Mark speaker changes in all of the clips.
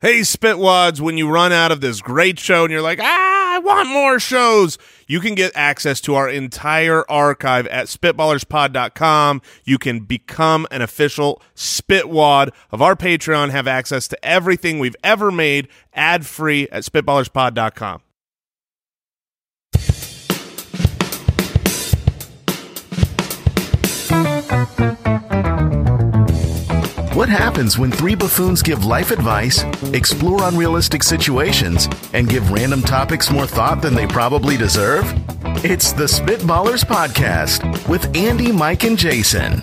Speaker 1: Hey, Spitwads, when you run out of this great show and you're like, ah, I want more shows, you can get access to our entire archive at spitballerspod.com. You can become an official Spitwad of our Patreon, have access to everything we've ever made ad free at spitballerspod.com.
Speaker 2: What happens when three buffoons give life advice, explore unrealistic situations, and give random topics more thought than they probably deserve? It's the Spitballers Podcast with Andy, Mike, and Jason.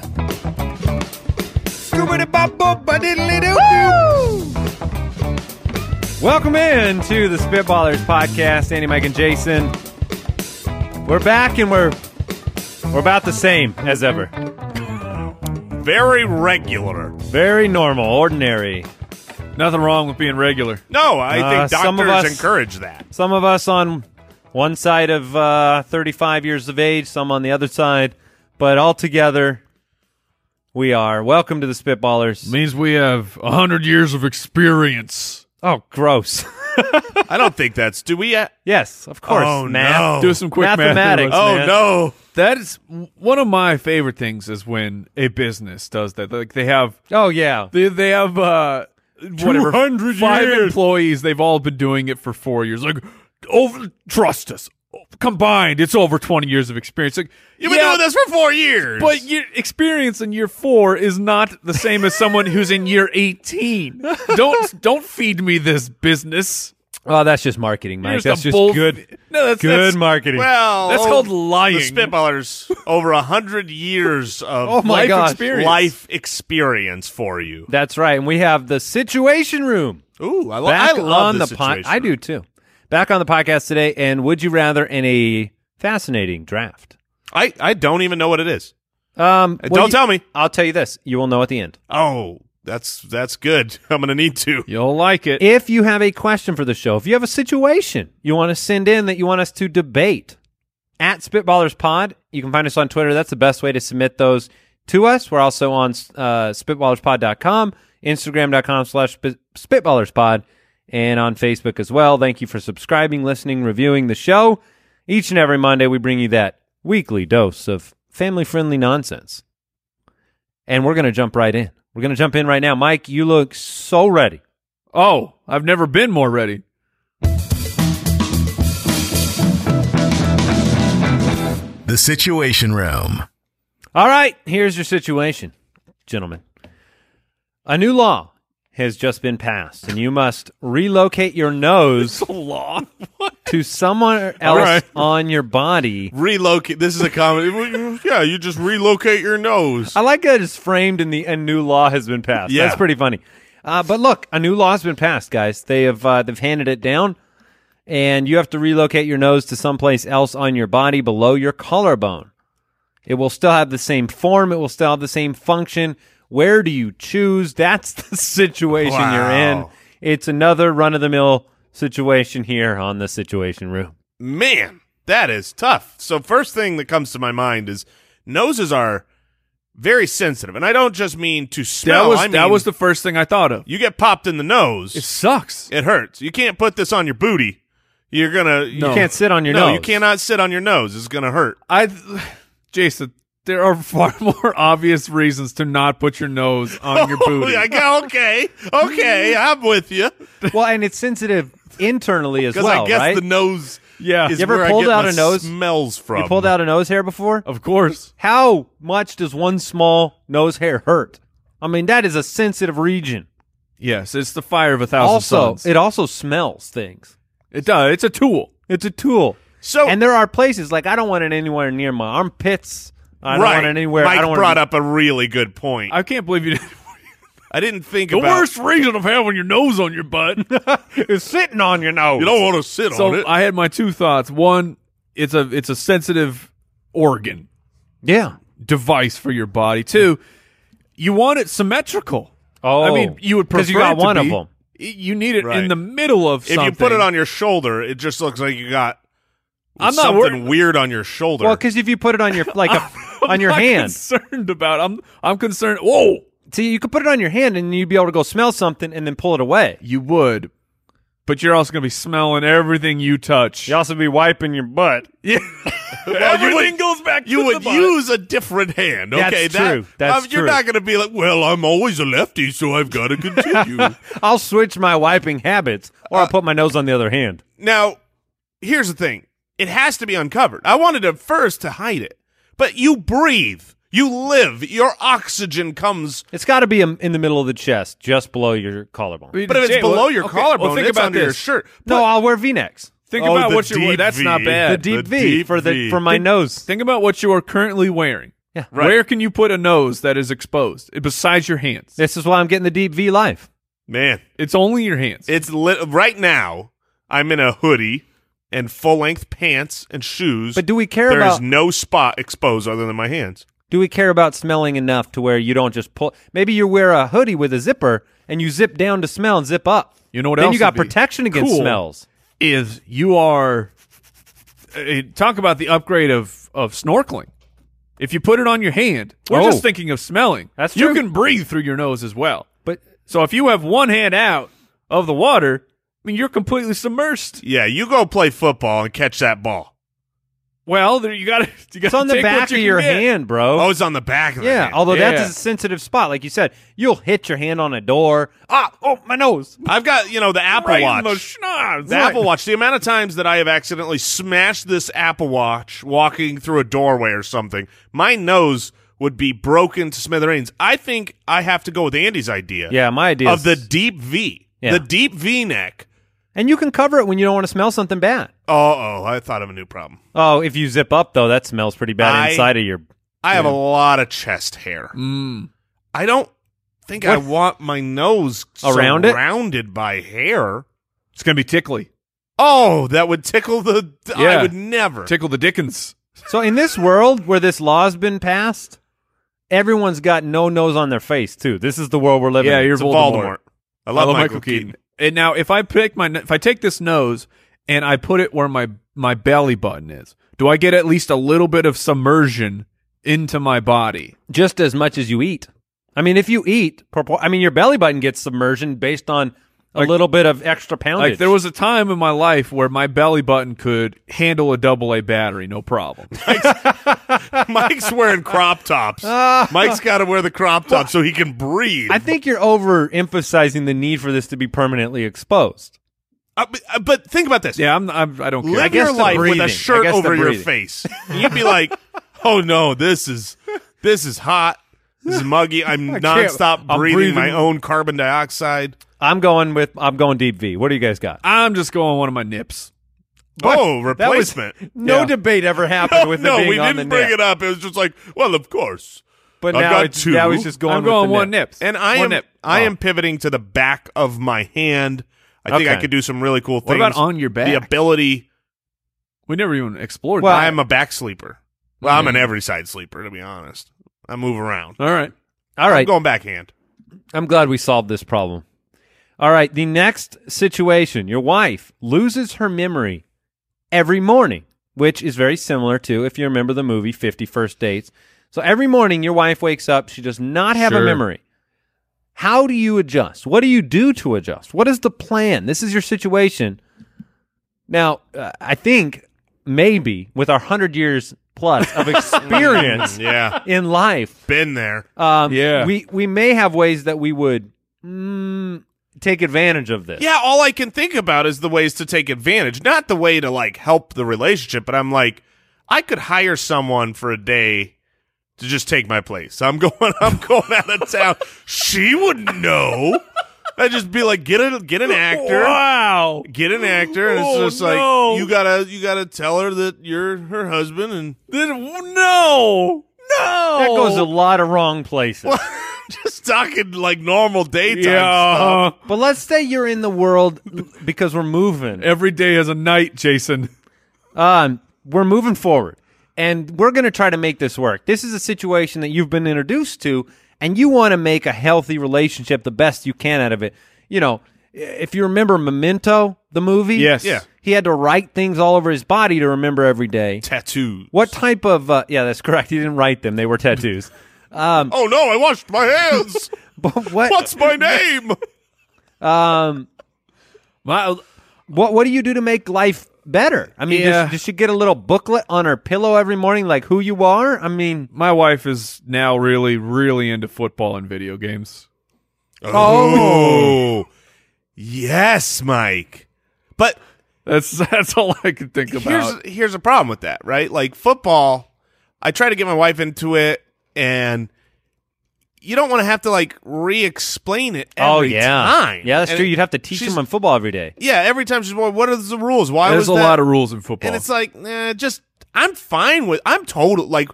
Speaker 3: Welcome in to the Spitballers podcast. Andy, Mike, and Jason. We're back, and we're we're about the same as ever.
Speaker 1: Very regular.
Speaker 3: Very normal, ordinary. Nothing wrong with being regular.
Speaker 1: No, I
Speaker 3: Uh,
Speaker 1: think
Speaker 3: some of
Speaker 1: doctors
Speaker 3: us-
Speaker 1: encourage that.
Speaker 3: Some of us on one side of uh, 35 years of age, some on the other side, but all together we are. Welcome to the Spitballers.
Speaker 4: Means we have a hundred years of experience.
Speaker 3: Oh, gross.
Speaker 1: I don't think that's. Do we? Uh,
Speaker 3: yes, of course.
Speaker 1: Oh, no.
Speaker 3: math.
Speaker 4: Do some quick math.
Speaker 3: Mathematics.
Speaker 1: oh,
Speaker 3: man.
Speaker 1: no.
Speaker 4: That is one of my favorite things is when a business does that. Like they have
Speaker 3: Oh, yeah.
Speaker 4: they, they have uh whatever
Speaker 1: 200
Speaker 4: five
Speaker 1: years.
Speaker 4: employees. They've all been doing it for four years. Like over trust us. Combined, it's over twenty years of experience. Like
Speaker 1: You've been
Speaker 4: yeah,
Speaker 1: doing this for four years.
Speaker 4: But your experience in year four is not the same as someone who's in year eighteen. Don't don't feed me this business.
Speaker 3: Oh, that's just marketing, Mike.
Speaker 4: Here's
Speaker 3: that's
Speaker 4: the
Speaker 3: just
Speaker 4: bull-
Speaker 3: good,
Speaker 4: No, that's-
Speaker 3: good
Speaker 4: that's-
Speaker 3: marketing.
Speaker 1: Well,
Speaker 4: That's
Speaker 1: oh,
Speaker 4: called
Speaker 1: The
Speaker 4: lying.
Speaker 1: Spitballers over a hundred years of
Speaker 3: Oh my
Speaker 4: life
Speaker 3: gosh.
Speaker 4: experience.
Speaker 1: life experience for you.
Speaker 3: that's right. And we have the Situation Room
Speaker 1: Ooh, I, lo-
Speaker 3: back
Speaker 1: I love
Speaker 3: on
Speaker 1: this
Speaker 3: the pod.
Speaker 1: situation.
Speaker 3: I do too. Back on the podcast today, and would you rather in a fascinating draft?
Speaker 1: I, I don't even know what it is.
Speaker 3: Um,
Speaker 1: Uh,
Speaker 3: well,
Speaker 1: don't
Speaker 3: you-
Speaker 1: tell me.
Speaker 3: I'll tell you this: you will know at the end.
Speaker 1: Oh, that's that's good. I'm gonna need to.
Speaker 4: You'll like it.
Speaker 3: If you have a question for the show, if you have a situation you want to send in that you want us to debate, at Spitballers Pod, you can find us on Twitter. That's the best way to submit those to us. We're also on uh, SpitballersPod.com, Instagram.com slash Spit- SpitballersPod, and on Facebook as well. Thank you for subscribing, listening, reviewing the show. Each and every Monday, we bring you that weekly dose of family friendly nonsense. And we're going to jump right in. We're going to jump in right now. Mike, you look so ready.
Speaker 4: Oh, I've never been more ready.
Speaker 2: The Situation Room.
Speaker 3: All right, here's your situation, gentlemen. A new law has just been passed, and you must relocate your nose
Speaker 4: Law.
Speaker 3: to somewhere else
Speaker 4: right.
Speaker 3: on your body.
Speaker 1: Relocate. This is a comedy. Well, yeah, you just relocate your nose.
Speaker 3: I like that it's framed in the "a new law has been passed."
Speaker 1: Yeah.
Speaker 3: That's pretty funny. Uh, but look, a new law has been passed, guys. They have uh, they've handed it down, and you have to relocate your nose to someplace else on your body below your collarbone. It will still have the same form. It will still have the same function. Where do you choose? That's the situation you're in.
Speaker 1: Wow.
Speaker 3: It's another run of the mill situation here on the Situation Room.
Speaker 1: Man, that is tough. So first thing that comes to my mind is noses are very sensitive, and I don't just mean to
Speaker 4: That
Speaker 1: smell.
Speaker 4: was
Speaker 1: I mean,
Speaker 4: that was the first thing I thought of.
Speaker 1: you get popped in the nose.
Speaker 4: It sucks.
Speaker 1: It hurts. You can't put this on your booty. You're gonna. You
Speaker 3: You
Speaker 4: No.
Speaker 3: can't sit on your
Speaker 1: no,
Speaker 3: nose.
Speaker 1: you cannot sit on your nose. It's gonna hurt.
Speaker 4: I, Jason, there are far more obvious reasons to not put your nose on your booty.
Speaker 1: I go, Oh, okay, okay, I'm with you
Speaker 3: Well, and it's sensitive internally as
Speaker 1: because
Speaker 3: well,
Speaker 1: I guess
Speaker 3: right?
Speaker 1: the nose
Speaker 4: yeah,
Speaker 1: is
Speaker 3: You ever
Speaker 1: where
Speaker 3: pulled
Speaker 1: I get
Speaker 3: out
Speaker 1: my
Speaker 3: a nose?
Speaker 1: Smells from
Speaker 3: You pulled out a nose hair before?
Speaker 4: of course.
Speaker 3: How much does one small nose hair hurt? I mean, that is a sensitive region.
Speaker 4: Yes, it's the fire of a thousand
Speaker 3: Also,
Speaker 4: suns.
Speaker 3: it also smells things.
Speaker 4: it does. It's a tool.
Speaker 3: It's a tool.
Speaker 1: So
Speaker 3: and there are places like I don't want it anywhere near my armpits. I don't
Speaker 1: right
Speaker 3: want it anywhere.
Speaker 1: Mike
Speaker 3: I don't
Speaker 1: brought
Speaker 3: want
Speaker 1: up
Speaker 3: it,
Speaker 1: a really good point. I,
Speaker 4: I can't believe you. Did.
Speaker 1: didn't think
Speaker 4: The
Speaker 1: about
Speaker 4: worst reason of having your nose on your butt.
Speaker 3: It's sitting on your nose.
Speaker 1: You don't want to sit on
Speaker 4: so
Speaker 3: uh,
Speaker 1: it.
Speaker 4: I had my two thoughts. One, it's a it's a sensitive organ
Speaker 3: yeah.
Speaker 4: device for your body. Two, you want it symmetrical.
Speaker 3: Oh,
Speaker 4: I mean, you would prefer
Speaker 3: because you got
Speaker 4: it to
Speaker 3: one
Speaker 4: be-
Speaker 3: of them.
Speaker 4: y- You need it
Speaker 1: Right.
Speaker 4: in the middle of
Speaker 1: if
Speaker 4: something.
Speaker 1: you put it on your shoulder, it just looks like you got
Speaker 4: I'm not
Speaker 1: something
Speaker 4: worried-
Speaker 1: weird on your shoulder.
Speaker 3: Well, because if you put it on your like a,
Speaker 4: I'm
Speaker 3: on your
Speaker 4: not
Speaker 3: hand,
Speaker 4: Concerned about I'm I'm concerned. Whoa,
Speaker 3: See, you could put it on your hand and you'd be able to go smell something and then pull it away.
Speaker 4: You would, but you're also gonna be smelling everything you touch.
Speaker 3: You'd also be wiping your butt.
Speaker 4: Yeah.
Speaker 1: Well, you
Speaker 4: everything
Speaker 1: would,
Speaker 4: goes back.
Speaker 1: you
Speaker 4: to
Speaker 1: would
Speaker 4: the butt.
Speaker 1: use a different hand.
Speaker 3: That's
Speaker 1: Okay, um,
Speaker 3: true. That's
Speaker 1: You're
Speaker 3: true.
Speaker 1: not going to be like, well, I'm always a lefty, so I've got to continue.
Speaker 3: I'll switch my wiping habits or I'll
Speaker 4: Uh,
Speaker 3: put my nose on the other hand.
Speaker 1: Now, here's the thing. It has to be uncovered. I wanted at first to hide it, but you breathe, you live, your oxygen comes.
Speaker 3: It's got to be um, in the middle of the chest, just below your collarbone.
Speaker 1: But if it's
Speaker 4: Jay, well,
Speaker 1: below your
Speaker 4: okay,
Speaker 1: collarbone,
Speaker 4: well, think
Speaker 1: it's
Speaker 4: about
Speaker 1: under your
Speaker 4: this.
Speaker 1: shirt.
Speaker 3: no, I'll wear V-necks.
Speaker 4: Think
Speaker 1: Oh,
Speaker 4: about
Speaker 1: the
Speaker 4: what you're wearing.
Speaker 1: deep
Speaker 4: That's
Speaker 1: V.
Speaker 4: not
Speaker 3: The
Speaker 4: bad.
Speaker 1: The
Speaker 3: deep V
Speaker 1: deep
Speaker 3: for the
Speaker 1: V.
Speaker 3: for my nose.
Speaker 4: Think about what you are currently wearing.
Speaker 3: Yeah.
Speaker 1: Right.
Speaker 4: Where can you put a nose that is exposed besides your hands?
Speaker 3: This is why I'm getting the deep V life.
Speaker 1: Man,
Speaker 4: It's only your hands.
Speaker 1: it's lit. Right now, I'm in a hoodie and full length pants and shoes.
Speaker 3: But do we care
Speaker 1: There is
Speaker 3: about
Speaker 1: no spot exposed other than my hands.
Speaker 3: do we care about smelling enough to where you don't just pull maybe you wear a hoodie with a zipper and you zip down to smell and zip up.
Speaker 4: You know what
Speaker 3: then
Speaker 4: else
Speaker 3: you got
Speaker 4: would be
Speaker 3: protection against
Speaker 4: cool?
Speaker 3: smells.
Speaker 4: is you are uh, talk about the upgrade of of snorkeling. If you put it on your hand, we're
Speaker 3: Oh.
Speaker 4: just thinking of smelling.
Speaker 3: That's
Speaker 4: You
Speaker 3: true.
Speaker 4: can breathe through your nose as well.
Speaker 3: But
Speaker 4: So if you have one hand out of the water, I mean you're completely submersed.
Speaker 1: Yeah, you go play football and catch that ball.
Speaker 4: Well, there you got to. You got
Speaker 3: it's on the back of your hand, bro.
Speaker 1: Oh, it's on the back of the
Speaker 3: yeah,
Speaker 1: hand.
Speaker 3: although
Speaker 4: Yeah.
Speaker 3: that's a sensitive spot like you said. You'll hit your hand on a door. Ah, oh, my nose.
Speaker 1: I've got you know the Apple
Speaker 4: Right
Speaker 1: Watch.
Speaker 4: in the schnoz.
Speaker 1: The Apple Watch. The amount of times that I have accidentally smashed this Apple Watch walking through a doorway or something, my nose would be broken to smithereens. I think I have to go with Andy's idea.
Speaker 3: Yeah, my idea
Speaker 1: of
Speaker 3: is-
Speaker 1: the deep V,
Speaker 3: Yeah.
Speaker 1: the deep V neck.
Speaker 3: And you can cover it when you don't want to smell something bad.
Speaker 1: Uh oh, I thought of a new problem.
Speaker 3: Oh, if you zip up though, that smells pretty bad
Speaker 1: I-
Speaker 3: inside of your
Speaker 1: I have a lot of chest hair.
Speaker 4: Mm.
Speaker 1: I don't think I
Speaker 3: What?
Speaker 1: want my nose
Speaker 3: Around it?
Speaker 1: surrounded by hair.
Speaker 4: It's gonna be tickly.
Speaker 1: Oh, that would tickle the. I
Speaker 4: Yeah.
Speaker 1: would never.
Speaker 4: Tickle the Dickens.
Speaker 3: So in this world where this law's been passed, everyone's got no nose on their face too. This is the world we're living.
Speaker 4: Yeah,
Speaker 3: in.
Speaker 4: you're
Speaker 1: It's a
Speaker 4: Voldemort.
Speaker 1: I love, Michael, Keaton.
Speaker 4: And now, if I pick my, if I take this nose and I put it where my my belly button is, do I get at least a little bit of submersion into my body?
Speaker 3: just as much as you eat. I mean, if you eat, propor- I mean, your belly button gets submersion based on a little bit of extra poundage.
Speaker 4: Like there was a time in my life where my belly button could handle a double A battery, no problem.
Speaker 1: Mike's wearing crop tops. Mike's got to wear the crop top so he can breathe.
Speaker 3: I think you're overemphasizing the need for this to be permanently exposed.
Speaker 1: Uh, but, uh, but think about this.
Speaker 4: yeah, I'm, I'm I don't care.
Speaker 1: Live
Speaker 4: I guess
Speaker 1: your
Speaker 3: the
Speaker 1: life
Speaker 3: breathing.
Speaker 1: with
Speaker 3: I
Speaker 1: a shirt
Speaker 3: guess the
Speaker 1: over your
Speaker 3: breathing.
Speaker 1: face. You'd be like, "Oh no, this is this is hot. This is muggy. I'm nonstop
Speaker 3: I'm
Speaker 1: breathing, my
Speaker 3: breathing-
Speaker 1: own carbon dioxide."
Speaker 3: I'm going with I'm going deep V. What do you guys got?
Speaker 4: I'm just going one of my nips.
Speaker 1: oh,
Speaker 3: That was-
Speaker 1: replacement.
Speaker 3: no
Speaker 4: Yeah.
Speaker 3: debate ever happened with
Speaker 1: no,
Speaker 3: it being
Speaker 1: we
Speaker 3: on
Speaker 1: didn't
Speaker 3: the
Speaker 1: bring
Speaker 3: nip.
Speaker 1: it up. It was just like, well, of course.
Speaker 3: But
Speaker 1: I've
Speaker 3: now
Speaker 1: got
Speaker 3: it's,
Speaker 1: two.
Speaker 3: now he's just going.
Speaker 4: I'm
Speaker 3: with
Speaker 4: going
Speaker 3: the
Speaker 4: one
Speaker 3: nip.
Speaker 4: nips.
Speaker 1: And I
Speaker 4: One
Speaker 1: am
Speaker 4: nip.
Speaker 1: I
Speaker 4: Oh.
Speaker 1: am pivoting to the back of my hand. I think I
Speaker 3: Okay.
Speaker 1: could do some really cool things.
Speaker 4: What about on your back?
Speaker 1: The ability
Speaker 4: We never even explored.
Speaker 3: Well,
Speaker 4: that.
Speaker 1: I'm a back sleeper. Well, I'm an every side sleeper, to be honest. I move around.
Speaker 4: all right.
Speaker 3: All
Speaker 1: I'm
Speaker 3: right,
Speaker 1: going backhand.
Speaker 3: I'm glad we solved this problem. All right, the next situation your wife loses her memory every morning, which is very similar to if you remember the movie 50 First Dates. So every morning your wife wakes up, she does not have a
Speaker 4: Sure.
Speaker 3: memory. How do you adjust? What do you do to adjust? What is the plan? This is your situation. Now, uh, I think maybe with our 100 years plus of experience
Speaker 1: Yeah.
Speaker 3: in life,
Speaker 1: Been there.
Speaker 3: um,
Speaker 4: Yeah.
Speaker 3: We we may have ways that we would mm, take advantage of this.
Speaker 1: Yeah, all I can think about is the ways to take advantage, not the way to like help the relationship, but I'm like, I could hire someone for a day to just take my place. I'm going I'm going out of town. She wouldn't know. I'd just be like, get a get an actor.
Speaker 4: Wow.
Speaker 1: Get an actor, and it's
Speaker 4: Oh,
Speaker 1: just
Speaker 4: no.
Speaker 1: like you gotta you gotta tell her that you're her husband and
Speaker 4: Then, no. No.
Speaker 3: That goes a lot of wrong places.
Speaker 1: just talking like normal daytime stuff.
Speaker 4: yeah.
Speaker 3: But let's say you're in the world because we're moving.
Speaker 4: Every day is a night, Jason.
Speaker 3: Um, we're moving forward, and we're going to try to make this work. This is a situation that you've been introduced to, and you want to make a healthy relationship the best you can out of it. You know, if you remember Memento, the movie,
Speaker 4: Yes.
Speaker 1: Yeah.
Speaker 3: he had to write things all over his body to remember every day.
Speaker 1: tattoos.
Speaker 3: What type of? Uh, yeah, that's correct. He didn't write them; they were tattoos. Um,
Speaker 1: Oh no, I washed my hands.
Speaker 3: but what,
Speaker 1: What's my name?
Speaker 3: um,
Speaker 4: My,
Speaker 3: what what do you do to make life better? I mean,
Speaker 4: Yeah.
Speaker 3: does, does she get a little booklet on her pillow every morning, like who you are? I mean,
Speaker 4: my wife is now really, really into football and video games.
Speaker 1: Oh. Yes, Mike. But
Speaker 4: That's that's all I can think about.
Speaker 1: here's here's a problem with that, right? Like football, I try to get my wife into it and you don't want to have to like re-explain it
Speaker 3: oh
Speaker 1: every
Speaker 3: yeah,
Speaker 1: time.
Speaker 3: yeah, that's
Speaker 1: And
Speaker 3: true.
Speaker 1: it-
Speaker 3: You'd have to teach
Speaker 1: she's-
Speaker 3: them on football every day.
Speaker 1: Yeah, every time she's well, what are the rules? Why
Speaker 4: There's
Speaker 1: was
Speaker 4: a
Speaker 1: that?
Speaker 4: lot of rules in football.
Speaker 1: and it's like, nah, just I'm fine with I'm total like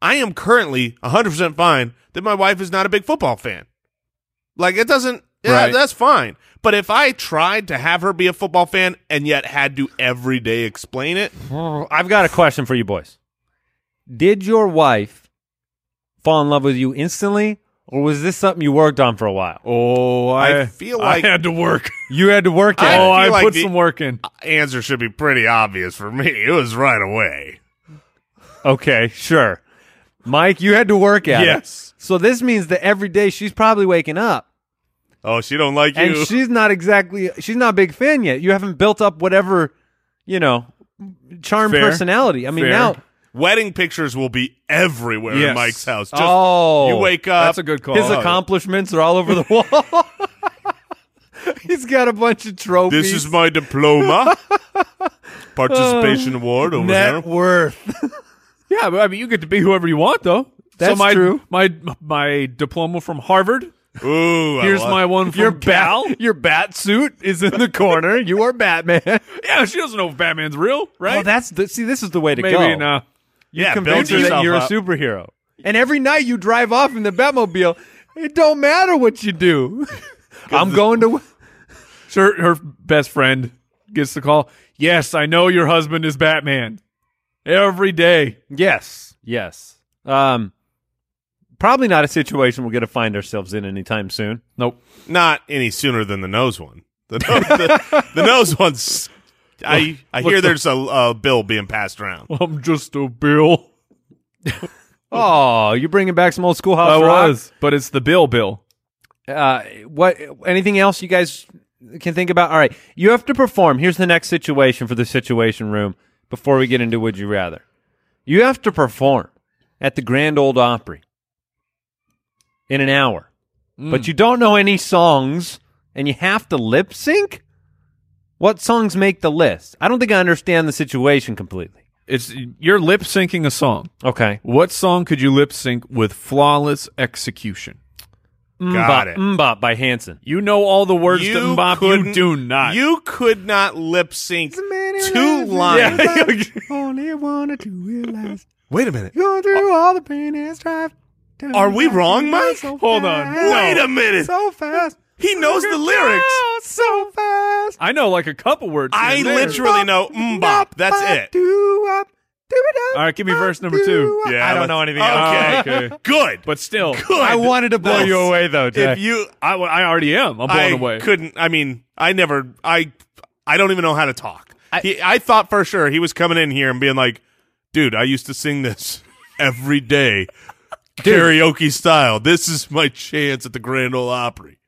Speaker 1: I am currently 100% fine that my wife is not a big football fan. Like it doesn't yeah,
Speaker 4: Right.
Speaker 1: that's fine. But if I tried to have her be a football fan and yet had to every day explain it,
Speaker 3: Oh, I've got a question for you boys. Did your wife fall in love with you instantly, or was this something you worked on for a while?
Speaker 4: oh, I,
Speaker 1: I feel like-
Speaker 4: I had to work.
Speaker 3: You had to work
Speaker 1: I
Speaker 4: oh,
Speaker 1: feel
Speaker 4: I
Speaker 1: like
Speaker 4: put
Speaker 1: the-
Speaker 4: some work in.
Speaker 1: answer should be pretty obvious for me. It was right away.
Speaker 3: Okay, sure. Mike, you had to work at it.
Speaker 4: Yes.
Speaker 3: So this means that every day she's probably waking up
Speaker 1: Oh, she don't like
Speaker 3: and
Speaker 1: you.
Speaker 3: she's not exactly she's not a big fan yet. You haven't built up whatever, you know, charm
Speaker 4: Fair.
Speaker 3: personality. I mean
Speaker 4: Fair.
Speaker 3: now
Speaker 1: Wedding pictures will be everywhere in
Speaker 4: Yes.
Speaker 1: Mike's house. Just
Speaker 3: Oh.
Speaker 1: you wake up. Oh,
Speaker 4: That's a good call.
Speaker 3: his accomplishments are all over the wall. He's got a bunch of trophies.
Speaker 1: This is my diploma. Participation award over there.
Speaker 3: net worth.
Speaker 4: yeah, but I mean, you get to be whoever you want, though. so
Speaker 3: That's
Speaker 4: my,
Speaker 3: true.
Speaker 4: My my diploma from Harvard.
Speaker 1: Ooh, I
Speaker 4: Here's
Speaker 1: like-
Speaker 4: my one from
Speaker 3: Your
Speaker 4: Cal.
Speaker 3: bat, your bat suit is in the corner. You are Batman.
Speaker 4: Yeah, she doesn't know if Batman's real, right?
Speaker 3: Oh, that's the, see. This is the way to
Speaker 4: Maybe
Speaker 3: go.
Speaker 4: no.
Speaker 1: yeah,
Speaker 3: convince
Speaker 1: build
Speaker 3: her that
Speaker 1: yourself
Speaker 3: you're
Speaker 1: up.
Speaker 3: a superhero. And every night you drive off in the Batmobile. It don't matter what you do. I'm going to.
Speaker 4: Sure, her best friend gets the call. Yes, I know your husband is Batman. Every day.
Speaker 3: Yes, yes. Um, probably not a situation we're going to find ourselves in anytime soon.
Speaker 4: Nope.
Speaker 1: Not any sooner than the nose one. The, no- the, the nose one's. I I hear there's a, a bill being passed around.
Speaker 4: I'm just a bill.
Speaker 3: Oh, you bringing back some old schoolhouse
Speaker 4: I
Speaker 3: rock?
Speaker 4: was, but it's the bill bill.
Speaker 3: Uh, what? Anything else you guys can think about? All right, you have to perform. Here's the next situation for the situation room. Before we get into would you rather, you have to perform at the Grand Old Opry in an hour, but you don't know any songs, and you have to lip sync. What songs make the list? I don't think I understand the situation completely.
Speaker 4: It's you're lip syncing a song.
Speaker 3: Okay,
Speaker 4: What song could you lip sync with flawless execution?
Speaker 1: Got it.
Speaker 3: Mbop by Hanson.
Speaker 4: You know all the words to
Speaker 1: You
Speaker 4: Mbop.
Speaker 1: couldn't-
Speaker 4: You do not.
Speaker 1: You could not lip sync two lines.
Speaker 4: lines.
Speaker 3: Only one or two will last.
Speaker 1: Wait a minute.
Speaker 3: Going through all the pain and strife.
Speaker 1: Are we wrong, Mike?
Speaker 4: Hold on. No.
Speaker 1: Wait a minute.
Speaker 3: So fast.
Speaker 1: He knows the lyrics.
Speaker 3: so fast.
Speaker 4: I know like a couple words. here
Speaker 1: I
Speaker 4: and there.
Speaker 1: literally know mbop. That's it.
Speaker 4: All right, give me verse number two.
Speaker 1: Yeah,
Speaker 3: I don't
Speaker 1: let's-
Speaker 3: know anything
Speaker 1: Okay.
Speaker 3: else.
Speaker 4: Okay.
Speaker 1: Good.
Speaker 4: But still,
Speaker 1: good.
Speaker 3: I wanted to blow
Speaker 1: That's-
Speaker 3: you away, though, Jack.
Speaker 1: If you
Speaker 4: I, I already am. I'm blown
Speaker 1: I
Speaker 4: away.
Speaker 1: couldn't. I mean, I never. I I don't even know how to talk. I, he, I thought for sure he was coming in here and being like, "Dude, I used to sing this every day, karaoke style. This is my chance at the Grand Ole Opry."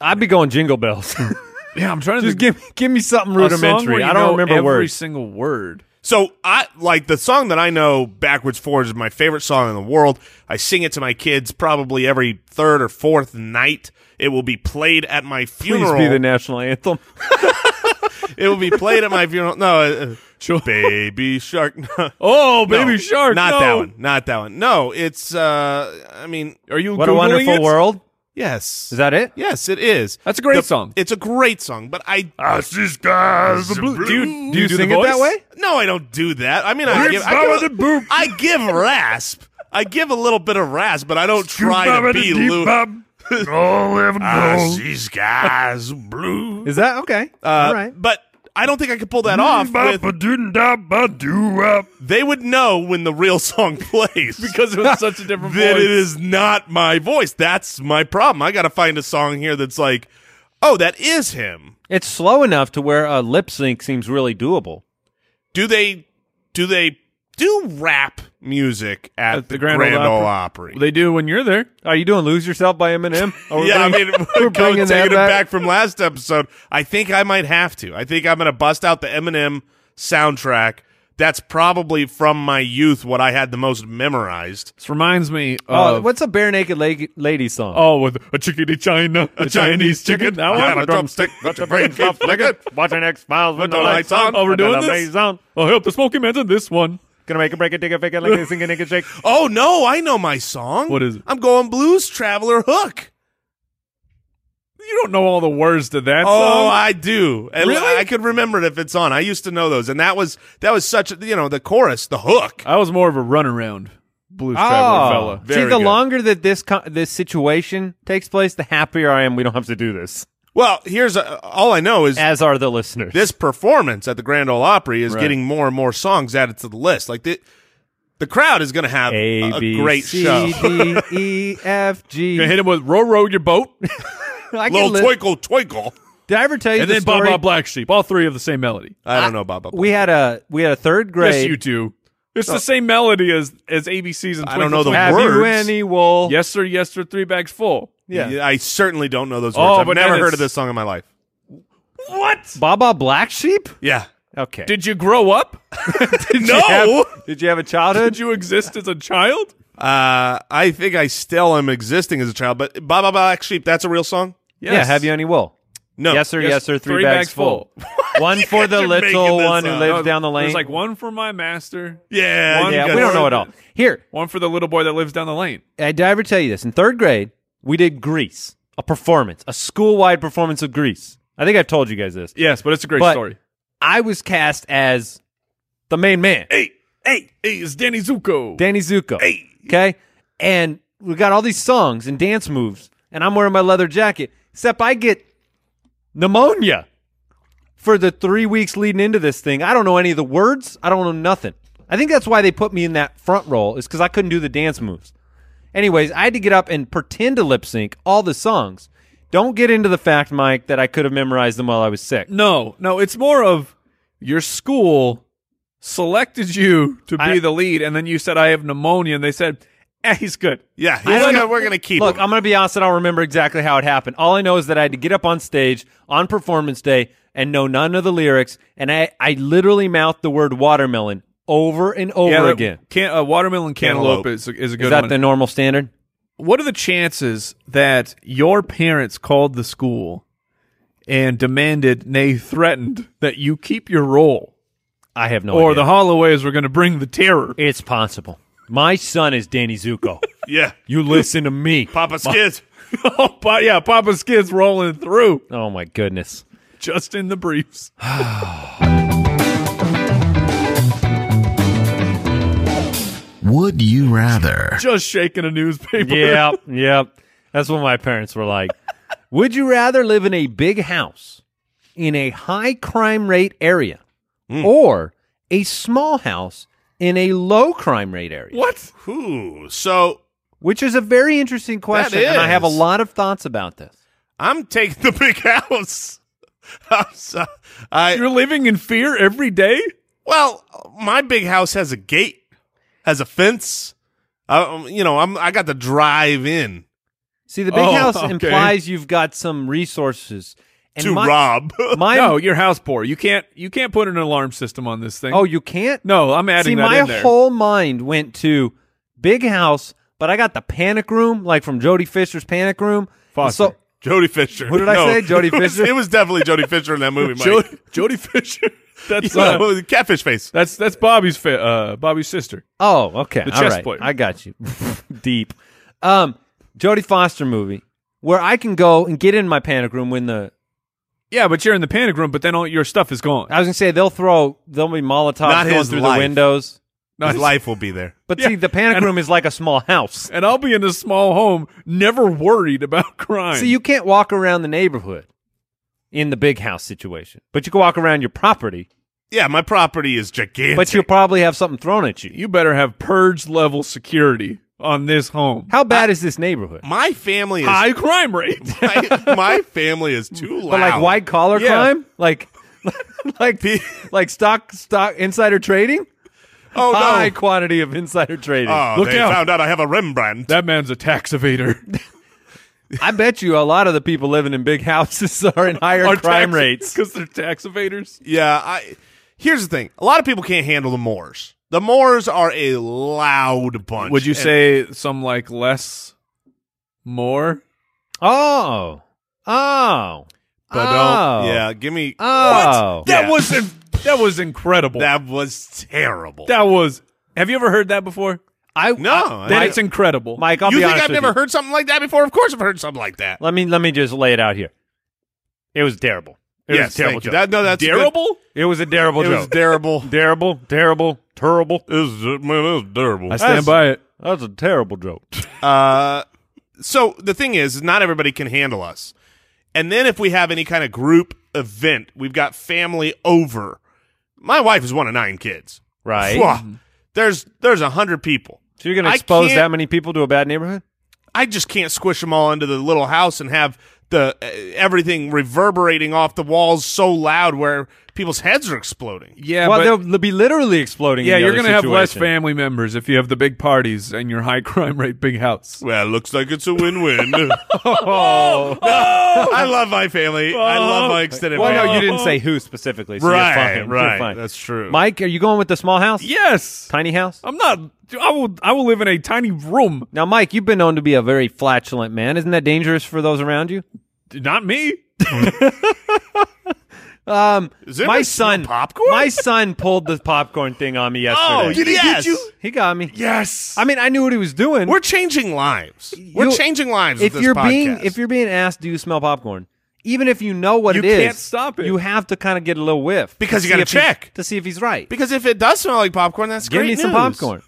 Speaker 3: I'd be going jingle bells.
Speaker 4: yeah, I'm trying to
Speaker 3: Just give
Speaker 4: think-
Speaker 3: me, give me something
Speaker 4: a song where
Speaker 3: rudimentary.
Speaker 4: you
Speaker 3: I don't
Speaker 4: know
Speaker 3: remember
Speaker 4: every
Speaker 3: words.
Speaker 4: single word.
Speaker 1: So I like the song that I know backwards forwards is my favorite song in the world. I sing it to my kids probably every third or fourth night. It will be played at my
Speaker 3: Please
Speaker 1: funeral.
Speaker 3: be the national anthem.
Speaker 1: it will be played at my funeral. No, uh, baby shark. No.
Speaker 4: Oh,
Speaker 1: No,
Speaker 4: baby shark!
Speaker 1: Not
Speaker 4: no.
Speaker 1: that one. Not that one. No, it's. uh I mean,
Speaker 4: Are you
Speaker 3: What a
Speaker 4: Googling
Speaker 3: wonderful
Speaker 4: it?
Speaker 3: world.
Speaker 1: yes,
Speaker 3: Is that it?
Speaker 1: yes, it is.
Speaker 4: That's a great
Speaker 1: The-
Speaker 4: song.
Speaker 1: It's a great song, but I.
Speaker 4: Do you,
Speaker 3: Do you,
Speaker 4: do
Speaker 3: sing
Speaker 4: the
Speaker 3: it
Speaker 4: voice?
Speaker 3: that way?
Speaker 1: no, I don't do that. I mean, I give, I give, a, I give rasp. I give a little bit of rasp, but I don't try to be Lou. These guys blue.
Speaker 3: Is that okay?
Speaker 1: Uh,
Speaker 3: All right.
Speaker 1: But I don't think I could pull that off. With, they would know when the real song plays
Speaker 4: Because it was such a different voice.
Speaker 1: that it is not my voice. That's my problem. I got to find a song here that's like, oh, that is him.
Speaker 3: It's slow enough to where a lip sync seems really doable.
Speaker 1: Do they do they do rap music at,
Speaker 4: At the Grand Ole
Speaker 1: Opry.
Speaker 4: They do when you're there.
Speaker 3: Are you doing "Lose Yourself" by Eminem? Are we
Speaker 1: yeah, I
Speaker 3: bringing-
Speaker 1: mean, we're going
Speaker 3: bringing
Speaker 1: taking
Speaker 3: that
Speaker 1: it back from last episode. I think I might have to. I think I'm going to bust out the Eminem soundtrack. That's probably from my youth what I had the most memorized.
Speaker 4: This reminds me
Speaker 3: Oh,
Speaker 4: of
Speaker 3: what's a bare naked lady, lady song?
Speaker 4: oh, with a chickadee China, a Chinese chicken. That
Speaker 1: I
Speaker 4: one.
Speaker 1: had a drumstick. Got your brain chopped like it.
Speaker 3: Watching X Files with
Speaker 1: the lights on.
Speaker 4: Oh, we're doing
Speaker 3: Another
Speaker 4: this.
Speaker 3: song.
Speaker 4: Oh, help! The smoking man's in this one.
Speaker 3: Gonna make a break it, take a fake it, like a sink it, naked shake.
Speaker 1: Oh no, I know my song.
Speaker 4: What is it?
Speaker 1: I'm going blues traveler hook.
Speaker 4: You don't know all the words to that
Speaker 1: Oh,
Speaker 4: song.
Speaker 1: I do. And
Speaker 4: Really?
Speaker 1: I could remember it if it's on. I used to know those, and that was that was such a, you know the chorus, the hook.
Speaker 4: I was more of a runaround blues traveler
Speaker 3: Oh,
Speaker 4: fella.
Speaker 1: Very
Speaker 3: see, the
Speaker 1: good.
Speaker 3: longer that this co- this situation takes place, the happier I am. We don't have to do this,
Speaker 1: Well, here's a, all I know is
Speaker 3: as are the listeners.
Speaker 1: this performance at the Grand Ole Opry is getting more and more songs added to the list. Like the the crowd is going to have a,
Speaker 3: A
Speaker 1: a
Speaker 3: B
Speaker 1: great
Speaker 3: C,
Speaker 1: show.
Speaker 3: D, E, F, G.
Speaker 4: Gonna hit him with row row your boat,
Speaker 3: I can
Speaker 1: Little
Speaker 3: li-
Speaker 1: twinkle twinkle.
Speaker 3: Did I ever tell you
Speaker 4: and
Speaker 3: the
Speaker 4: then Bob
Speaker 3: story?
Speaker 4: Bob Black Sheep. All three of the same melody.
Speaker 1: I don't know, Bob.
Speaker 3: We had a we had a third grade.
Speaker 4: Yes, you do. It's the same melody as as ABC's and
Speaker 1: I don't
Speaker 4: Twinkle
Speaker 1: know the
Speaker 4: Twinkle.
Speaker 3: Have you
Speaker 1: words.
Speaker 3: any wool?
Speaker 4: Yes sir, yes sir. Three bags full.
Speaker 3: yeah.
Speaker 1: I certainly don't know those words.
Speaker 4: Oh,
Speaker 1: I've
Speaker 4: but
Speaker 1: never
Speaker 4: then
Speaker 1: heard
Speaker 4: it's-
Speaker 1: of this song in my life.
Speaker 4: What?
Speaker 3: Baba Black Sheep.
Speaker 1: Yeah.
Speaker 3: Okay.
Speaker 4: Did you grow up?
Speaker 1: no.
Speaker 3: Did you have a childhood?
Speaker 4: Did you exist as a child?
Speaker 1: Uh, I think I still am existing as a child, but Baba Black Sheep, that's a real song?
Speaker 3: Yeah. Have you any wool?
Speaker 1: No.
Speaker 3: Yes, sir. Yes,
Speaker 4: Yes,
Speaker 3: sir. Three,
Speaker 4: three
Speaker 3: bags,
Speaker 4: bags
Speaker 3: full. one for the
Speaker 1: guys are making
Speaker 3: little
Speaker 1: this
Speaker 3: one who
Speaker 1: up.
Speaker 3: lives
Speaker 1: No,
Speaker 3: down the lane.
Speaker 4: There's like one for my master.
Speaker 1: Yeah.
Speaker 4: One-
Speaker 1: you
Speaker 3: yeah,
Speaker 1: guys-
Speaker 3: we don't know it all. Here,
Speaker 4: One for the little boy that lives down the lane.
Speaker 3: I- did I ever tell you this? In third grade, we did Grease, a performance, a school-wide performance of Grease. I think I've told you guys this.
Speaker 4: Yes, but it's a great
Speaker 3: But-
Speaker 4: story.
Speaker 3: I was cast as the main man,
Speaker 4: Hey, hey, hey, it's Danny Zuko.
Speaker 3: Danny Zuko. Okay, and we got all these songs and dance moves, and I'm wearing my leather jacket. Except I get pneumonia for the three weeks leading into this thing. I don't know any of the words. I don't know nothing. I think that's why they put me in that front roll is because I couldn't do the dance moves. Anyways, I had to get up and pretend to lip sync all the songs. Don't get into the fact, Mike, that I could have memorized them while I was sick.
Speaker 4: no, no, it's more of your school selected you to be
Speaker 3: I-
Speaker 4: the lead, and then you said, I have pneumonia, and they said, eh, he's good.
Speaker 1: Yeah. he's
Speaker 3: I don't
Speaker 1: gonna-
Speaker 3: know-
Speaker 1: we're going to keep
Speaker 3: Look,
Speaker 1: him.
Speaker 3: I'm going to be honest. I don't remember exactly how it happened. All I know is that I had to get up on stage on performance day and know none of the lyrics, and I, I literally mouthed the word watermelon over and over
Speaker 4: that-
Speaker 3: again.
Speaker 4: Can, uh, watermelon cantaloupe,
Speaker 1: Cantaloupe.
Speaker 4: Is, a, is a good
Speaker 3: Is that
Speaker 4: one.
Speaker 3: the normal standard?
Speaker 4: what are the chances that your parents called the school and demanded, nay, threatened that you keep your role,
Speaker 3: I have no
Speaker 4: or the
Speaker 3: idea.
Speaker 4: Holloways were going to bring the terror?
Speaker 3: it's possible. My son is Danny Zuko.
Speaker 1: yeah.
Speaker 3: you listen to me.
Speaker 1: Papa Skids.
Speaker 4: oh, pa- yeah, Papa Skid's rolling through,
Speaker 3: Oh my goodness.
Speaker 4: just in the briefs.
Speaker 2: Would you rather?
Speaker 4: just shaking a newspaper.
Speaker 3: Yep, yep. That's what my parents were like. Would you rather live in a big house in a high crime rate area
Speaker 4: Hmm.
Speaker 3: or a small house in a low crime rate area?
Speaker 4: What?
Speaker 1: Ooh. So
Speaker 3: Which is a very interesting question. And I have a
Speaker 1: is.
Speaker 3: lot of thoughts about this.
Speaker 1: I'm taking the big house. I'm so, I
Speaker 4: You're living in fear every day?
Speaker 1: well, my big house has a gate, has a fence. Uh, you know, I'm I got to drive in
Speaker 3: See, the big
Speaker 4: Oh,
Speaker 3: house
Speaker 4: okay.
Speaker 3: implies you've got some resources. And
Speaker 1: to
Speaker 3: my,
Speaker 1: rob.
Speaker 3: my-
Speaker 4: no, you're house poor. You can't you can't put an alarm system on this thing.
Speaker 3: oh, you can't?
Speaker 4: no, I'm adding
Speaker 3: See,
Speaker 4: that
Speaker 3: my
Speaker 4: in there.
Speaker 3: whole mind went to big house, but I got the panic room, like from Jodie Fisher's panic room. And
Speaker 4: Foster.
Speaker 3: So
Speaker 1: Jody Fisher.
Speaker 3: What did I say? Jody
Speaker 1: it was-
Speaker 3: Fisher?
Speaker 1: It was definitely Jody Fisher in that movie. Mike.
Speaker 4: Jody, Jody Fisher. That's
Speaker 1: Yeah,
Speaker 4: uh,
Speaker 1: with the catfish face.
Speaker 4: that's that's Bobby's fa- uh, Bobby's sister.
Speaker 3: Oh, okay. The
Speaker 4: chess player.
Speaker 3: I got you. Deep. Um, Jodie Foster movie where I can go and get in my panic room when the
Speaker 4: Yeah, but you're in the panic room, but then all your stuff is gone.
Speaker 3: I was gonna say they'll throw they'll be Molotovs
Speaker 1: Not
Speaker 3: going
Speaker 1: his
Speaker 3: through the
Speaker 1: life.
Speaker 3: windows.
Speaker 1: His life will be there.
Speaker 3: But
Speaker 4: Yeah,
Speaker 3: see, the panic
Speaker 4: and-
Speaker 3: room is like a small house,
Speaker 4: and I'll be in a small home, never worried about crime.
Speaker 3: so you can't walk around the neighborhood in the big house situation. But you can walk around your property,
Speaker 1: Yeah, my property is gigantic.
Speaker 3: but you'll probably have something thrown at you.
Speaker 4: you better have purge level security on this home.
Speaker 3: How bad is this neighborhood?
Speaker 1: my family is
Speaker 4: High crime rate.
Speaker 1: my, my family is too loud.
Speaker 3: But like white collar
Speaker 4: Yeah.
Speaker 3: crime, like like like stock stock insider trading.
Speaker 1: Oh, no.
Speaker 3: high quantity of insider trading.
Speaker 1: Oh,
Speaker 4: Look
Speaker 1: they
Speaker 4: out.
Speaker 1: found out I have a Rembrandt.
Speaker 4: That man's a tax evader.
Speaker 3: I bet you a lot of the people living in big houses are in higher crime rates.
Speaker 4: because they're tax evaders.
Speaker 1: Yeah, I here's the thing. A lot of people can't handle the Moors. The Moors are a loud bunch.
Speaker 4: Would you
Speaker 1: And-
Speaker 4: say some like less, more?
Speaker 3: Oh, oh,
Speaker 1: But
Speaker 3: oh,
Speaker 1: don't- yeah, give me
Speaker 3: oh.
Speaker 1: What?
Speaker 4: That
Speaker 1: Yeah.
Speaker 4: was in- that was incredible. That,
Speaker 1: that was terrible.
Speaker 4: was. Have you ever heard that before?
Speaker 3: I
Speaker 1: no. I-
Speaker 4: Then it's incredible.
Speaker 3: Mike, I'll
Speaker 1: you
Speaker 3: be
Speaker 1: think
Speaker 3: honest
Speaker 1: I've
Speaker 3: with
Speaker 1: never
Speaker 3: you.
Speaker 1: heard something like that before? Of course I've heard something like that.
Speaker 3: Let me let me just lay it out here. It was terrible. It
Speaker 1: yes,
Speaker 3: was a terrible
Speaker 1: thank you.
Speaker 3: joke.
Speaker 1: That, no, that's a good-
Speaker 4: terrible.
Speaker 3: it was a terrible
Speaker 1: It
Speaker 3: joke.
Speaker 1: was terrible.
Speaker 3: terrible, terrible, terrible.
Speaker 1: It was, man, it was terrible.
Speaker 4: I stand by it.
Speaker 3: That's a terrible joke.
Speaker 1: Uh, so the thing is, not everybody can handle us. And then if we have any kind of group event, we've got family over. My wife is one of nine kids.
Speaker 3: Right.
Speaker 1: Pwah. There's there's a hundred people.
Speaker 3: So you're going
Speaker 1: I
Speaker 3: to expose
Speaker 1: can't-
Speaker 3: that many people to a bad neighborhood?
Speaker 1: I just can't squish them all into the little house and have the uh, everything reverberating off the walls so loud where people's heads are exploding.
Speaker 4: Yeah,
Speaker 3: well,
Speaker 4: but-
Speaker 3: they'll li- be literally exploding. in
Speaker 4: yeah,
Speaker 3: the
Speaker 4: you're
Speaker 3: other
Speaker 4: gonna have less
Speaker 3: situation.
Speaker 4: family members if you have the big parties and your high crime rate big house.
Speaker 1: Well, looks like it's a win-win. I love my family. I love my extended
Speaker 3: Well,
Speaker 1: family. Oh.
Speaker 3: no, you didn't say who specifically. So
Speaker 1: Right,
Speaker 3: you're fine.
Speaker 1: right.
Speaker 3: You're fine.
Speaker 1: That's true.
Speaker 3: Mike, are you going with the small house?
Speaker 4: Yes,
Speaker 3: Tiny house?
Speaker 1: Oh.
Speaker 4: I'm not. I will. I will live in a tiny room.
Speaker 3: Now, Mike, you've been known to be a very flatulent man. Isn't that dangerous for those around you?
Speaker 4: Not me.
Speaker 1: Does anybody smell
Speaker 3: my son,
Speaker 1: popcorn.
Speaker 3: my son pulled the popcorn thing on me yesterday.
Speaker 1: Oh, did he get Yes. you?
Speaker 3: He got me.
Speaker 4: Yes.
Speaker 3: I mean, I knew what he was doing.
Speaker 1: We're changing lives. We're
Speaker 3: You-
Speaker 1: changing lives.
Speaker 3: if
Speaker 1: with this
Speaker 3: you're
Speaker 1: podcast.
Speaker 3: being if you're being asked, do you smell popcorn? Even if you know what
Speaker 4: You
Speaker 3: it is,
Speaker 4: can't stop it.
Speaker 3: You have to kind of get a little whiff
Speaker 1: Because
Speaker 3: to
Speaker 1: you gotta
Speaker 3: see if he's-
Speaker 1: check.
Speaker 3: to see if he's right.
Speaker 1: because if it does smell like popcorn, that's
Speaker 3: Give
Speaker 1: great
Speaker 3: me some
Speaker 1: news.
Speaker 3: popcorn.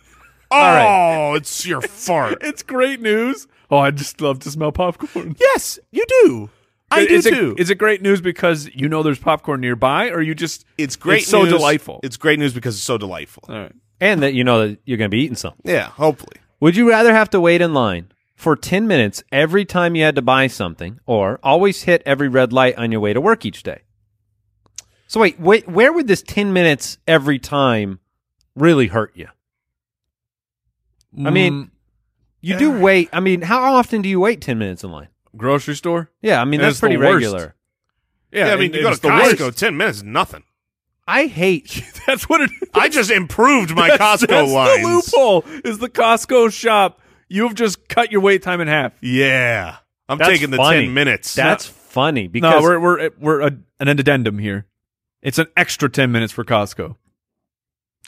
Speaker 1: Oh,
Speaker 3: right.
Speaker 1: it's your fart.
Speaker 4: it's great news. Oh, I just love to smell popcorn.
Speaker 1: yes, you do. I do
Speaker 4: is it,
Speaker 1: too.
Speaker 4: Is it great news because you know there's popcorn nearby, or you just
Speaker 1: it's great.
Speaker 4: so
Speaker 1: news.
Speaker 4: delightful.
Speaker 1: It's great news because it's so delightful.
Speaker 4: all right.
Speaker 3: And that you know that you're going to be eating some.
Speaker 1: Yeah, hopefully.
Speaker 3: Would you rather have to wait in line for 10 minutes every time you had to buy something or always hit every red light on your way to work each day? So, wait, wait where would this 10 minutes every time really hurt you? I
Speaker 4: Mm,
Speaker 3: mean, you do wait. I mean, how often do you wait 10 minutes in line?
Speaker 4: grocery store.
Speaker 3: Yeah, I mean,
Speaker 4: That
Speaker 3: that's
Speaker 4: is the
Speaker 3: pretty
Speaker 4: worst.
Speaker 3: regular.
Speaker 1: Yeah, I mean,
Speaker 4: and
Speaker 1: you go to
Speaker 4: it's the worst.
Speaker 1: Costco. Ten minutes, is nothing.
Speaker 3: I hate.
Speaker 4: That's what it is.
Speaker 1: I just improved my
Speaker 4: That's-
Speaker 1: Costco
Speaker 4: that's
Speaker 1: lines.
Speaker 4: the loophole. Is the Costco shop? You've just cut your wait time in half.
Speaker 1: Yeah, I'm
Speaker 3: That's
Speaker 1: taking the
Speaker 3: funny.
Speaker 1: ten minutes.
Speaker 3: That's funny
Speaker 4: No,
Speaker 3: because
Speaker 4: we're we're we're a, an addendum here. It's an extra ten minutes for Costco.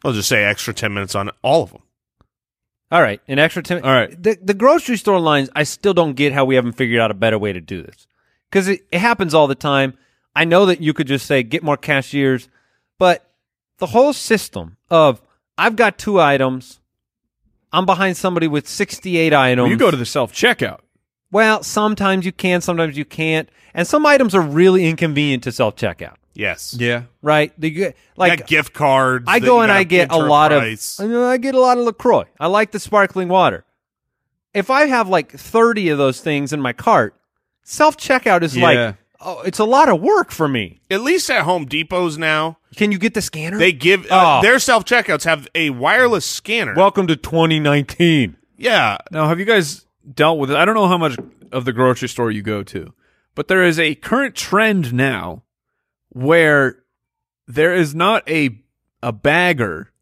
Speaker 1: I'll just say extra ten minutes on all of them.
Speaker 3: all right, an extra ten.
Speaker 4: All right.
Speaker 3: the the grocery store lines. I still don't get how we haven't figured out a better way to do this because it, it happens all the time. I know that you could just say get more cashiers, but the whole system of I've got two items, I'm behind somebody with sixty eight items.
Speaker 4: you go to the self checkout.
Speaker 3: well, sometimes you can, sometimes you can't, and some items are really inconvenient to self checkout.
Speaker 1: Yes.
Speaker 4: Yeah,
Speaker 3: Right? The,
Speaker 1: Like
Speaker 3: like
Speaker 1: gift cards.
Speaker 3: I
Speaker 1: that
Speaker 3: go
Speaker 1: you
Speaker 3: and
Speaker 1: gotta
Speaker 3: I get a
Speaker 1: enter
Speaker 3: lot
Speaker 1: price.
Speaker 3: of I, know, I get a lot of Lacroix. I like the sparkling water. If I have like thirty of those things in my cart, self checkout is
Speaker 4: Yeah.
Speaker 3: like oh, it's a lot of work for me.
Speaker 1: At least at Home Depots now,
Speaker 3: Can you get the scanner?
Speaker 1: they give uh,
Speaker 3: Oh.
Speaker 1: their self checkouts have a wireless scanner.
Speaker 3: welcome to 2019.
Speaker 1: yeah,
Speaker 4: Now, have you guys dealt with it? I don't know how much of the grocery store you go to, but there is a current trend now where there is not a a bagger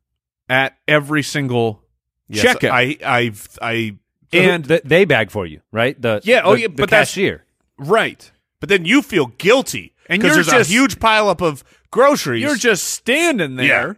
Speaker 4: at every single
Speaker 1: Yes,
Speaker 4: checkout.
Speaker 1: I, I've, I.
Speaker 4: and
Speaker 3: Th- they bag for you, right? The
Speaker 4: Yeah, oh,
Speaker 3: the-
Speaker 4: yeah,
Speaker 3: the
Speaker 4: but that's-
Speaker 3: cashier.
Speaker 4: right,
Speaker 1: But then you feel guilty
Speaker 4: And
Speaker 1: because
Speaker 4: you're
Speaker 1: there's
Speaker 4: just-
Speaker 1: a huge pileup of groceries.
Speaker 4: you're just standing there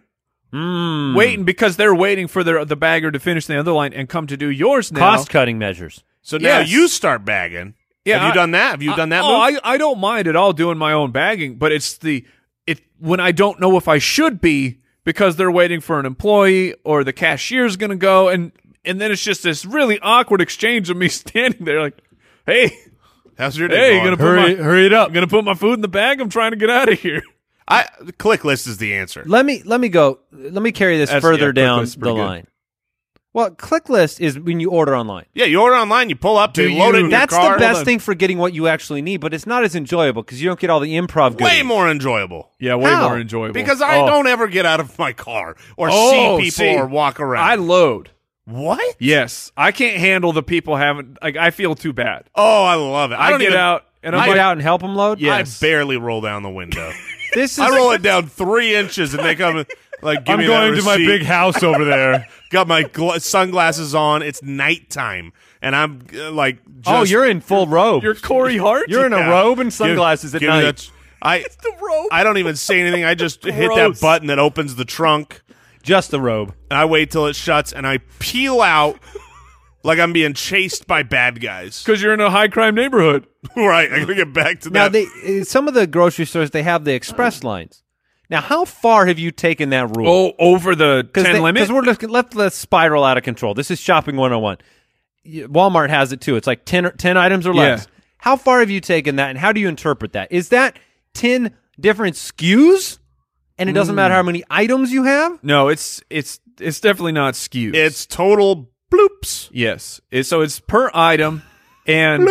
Speaker 1: Hmm.
Speaker 3: Mm,
Speaker 4: waiting because they're waiting for their the bagger to finish the other line and come to do yours now.
Speaker 3: cost cutting measures.
Speaker 1: so now
Speaker 4: yes.
Speaker 1: you start bagging.
Speaker 4: Yeah,
Speaker 1: have you
Speaker 4: I-
Speaker 1: done that? Have you done that?
Speaker 4: I, oh,
Speaker 1: move?
Speaker 4: I, I don't mind at all doing my own bagging, but it's the it when I don't know if I should be because they're waiting for an employee or the cashier's gonna go and and then it's just this really awkward exchange of me standing there like, hey,
Speaker 1: How's your day
Speaker 4: hey,
Speaker 1: going?
Speaker 4: gonna put
Speaker 3: Hurry-
Speaker 4: my, hurry it up. I'm gonna put my food in the bag. I'm trying to get out of here.
Speaker 1: I click list is the answer.
Speaker 3: Let me let me go. Let me carry this
Speaker 4: That's-
Speaker 3: further
Speaker 4: yeah,
Speaker 3: down
Speaker 4: quickly's
Speaker 3: the
Speaker 4: pretty good.
Speaker 3: line. Well, click list is when you order online.
Speaker 1: Yeah, you order online, you pull up,
Speaker 4: Do
Speaker 1: they load it
Speaker 4: you-
Speaker 1: in your
Speaker 3: That's
Speaker 1: car.
Speaker 3: the best
Speaker 4: on.
Speaker 3: thing for getting what you actually need, but it's not as enjoyable because you don't get all the improv. Goodies.
Speaker 1: Way more enjoyable.
Speaker 4: Yeah, way
Speaker 3: How?
Speaker 4: more enjoyable.
Speaker 1: Because I
Speaker 4: Oh.
Speaker 1: don't ever get out of my car or
Speaker 4: Oh,
Speaker 1: see people
Speaker 4: see.
Speaker 1: or walk around.
Speaker 4: I load.
Speaker 1: what?
Speaker 4: Yes, I can't handle the people having. Like, I feel too bad.
Speaker 1: Oh, I love it. I,
Speaker 4: I,
Speaker 1: don't
Speaker 4: get
Speaker 1: even,
Speaker 4: out and
Speaker 3: You
Speaker 4: I'm
Speaker 3: get
Speaker 4: like,
Speaker 3: out and help them load.
Speaker 1: I
Speaker 4: Yes.
Speaker 1: barely roll down the window.
Speaker 3: this is
Speaker 1: I roll it down three inches, and they come like, "Give
Speaker 5: I'm
Speaker 1: me that
Speaker 5: going to my
Speaker 1: receipt.
Speaker 5: big house over there.
Speaker 1: Got my gla- sunglasses on. It's nighttime, and I'm uh, like, just,
Speaker 3: oh, you're in full robe.
Speaker 4: You're Corey Hart.
Speaker 5: You're in a
Speaker 1: Yeah.
Speaker 5: robe and
Speaker 1: Give-
Speaker 5: sunglasses at
Speaker 1: give me
Speaker 5: night.
Speaker 1: that- I
Speaker 4: the rope.
Speaker 1: I don't even say anything. I just hit that
Speaker 4: Gross.
Speaker 1: button that opens the trunk,
Speaker 3: just the robe.
Speaker 1: and I wait till it shuts, and I peel out like I'm being chased by bad guys.
Speaker 4: because you're in a high crime neighborhood.
Speaker 1: right, I gotta get back to
Speaker 3: Now,
Speaker 1: that.
Speaker 3: they uh, some of the grocery stores they have the express lines. Now, how far have you taken that rule?
Speaker 4: Oh, over the ten limit.
Speaker 3: Because we're just, let the spiral out of control. This is shopping 101. Y- Walmart has it too. It's like 10, or, 10 items or less.
Speaker 4: Yeah.
Speaker 3: How far have you taken that and how do you interpret that? Is that 10 different SKUs and it doesn't
Speaker 4: Hmm.
Speaker 3: matter how many items you have?
Speaker 4: no, it's it's it's definitely not skewed.
Speaker 1: it's total bloops.
Speaker 4: yes. It- so it's per item, and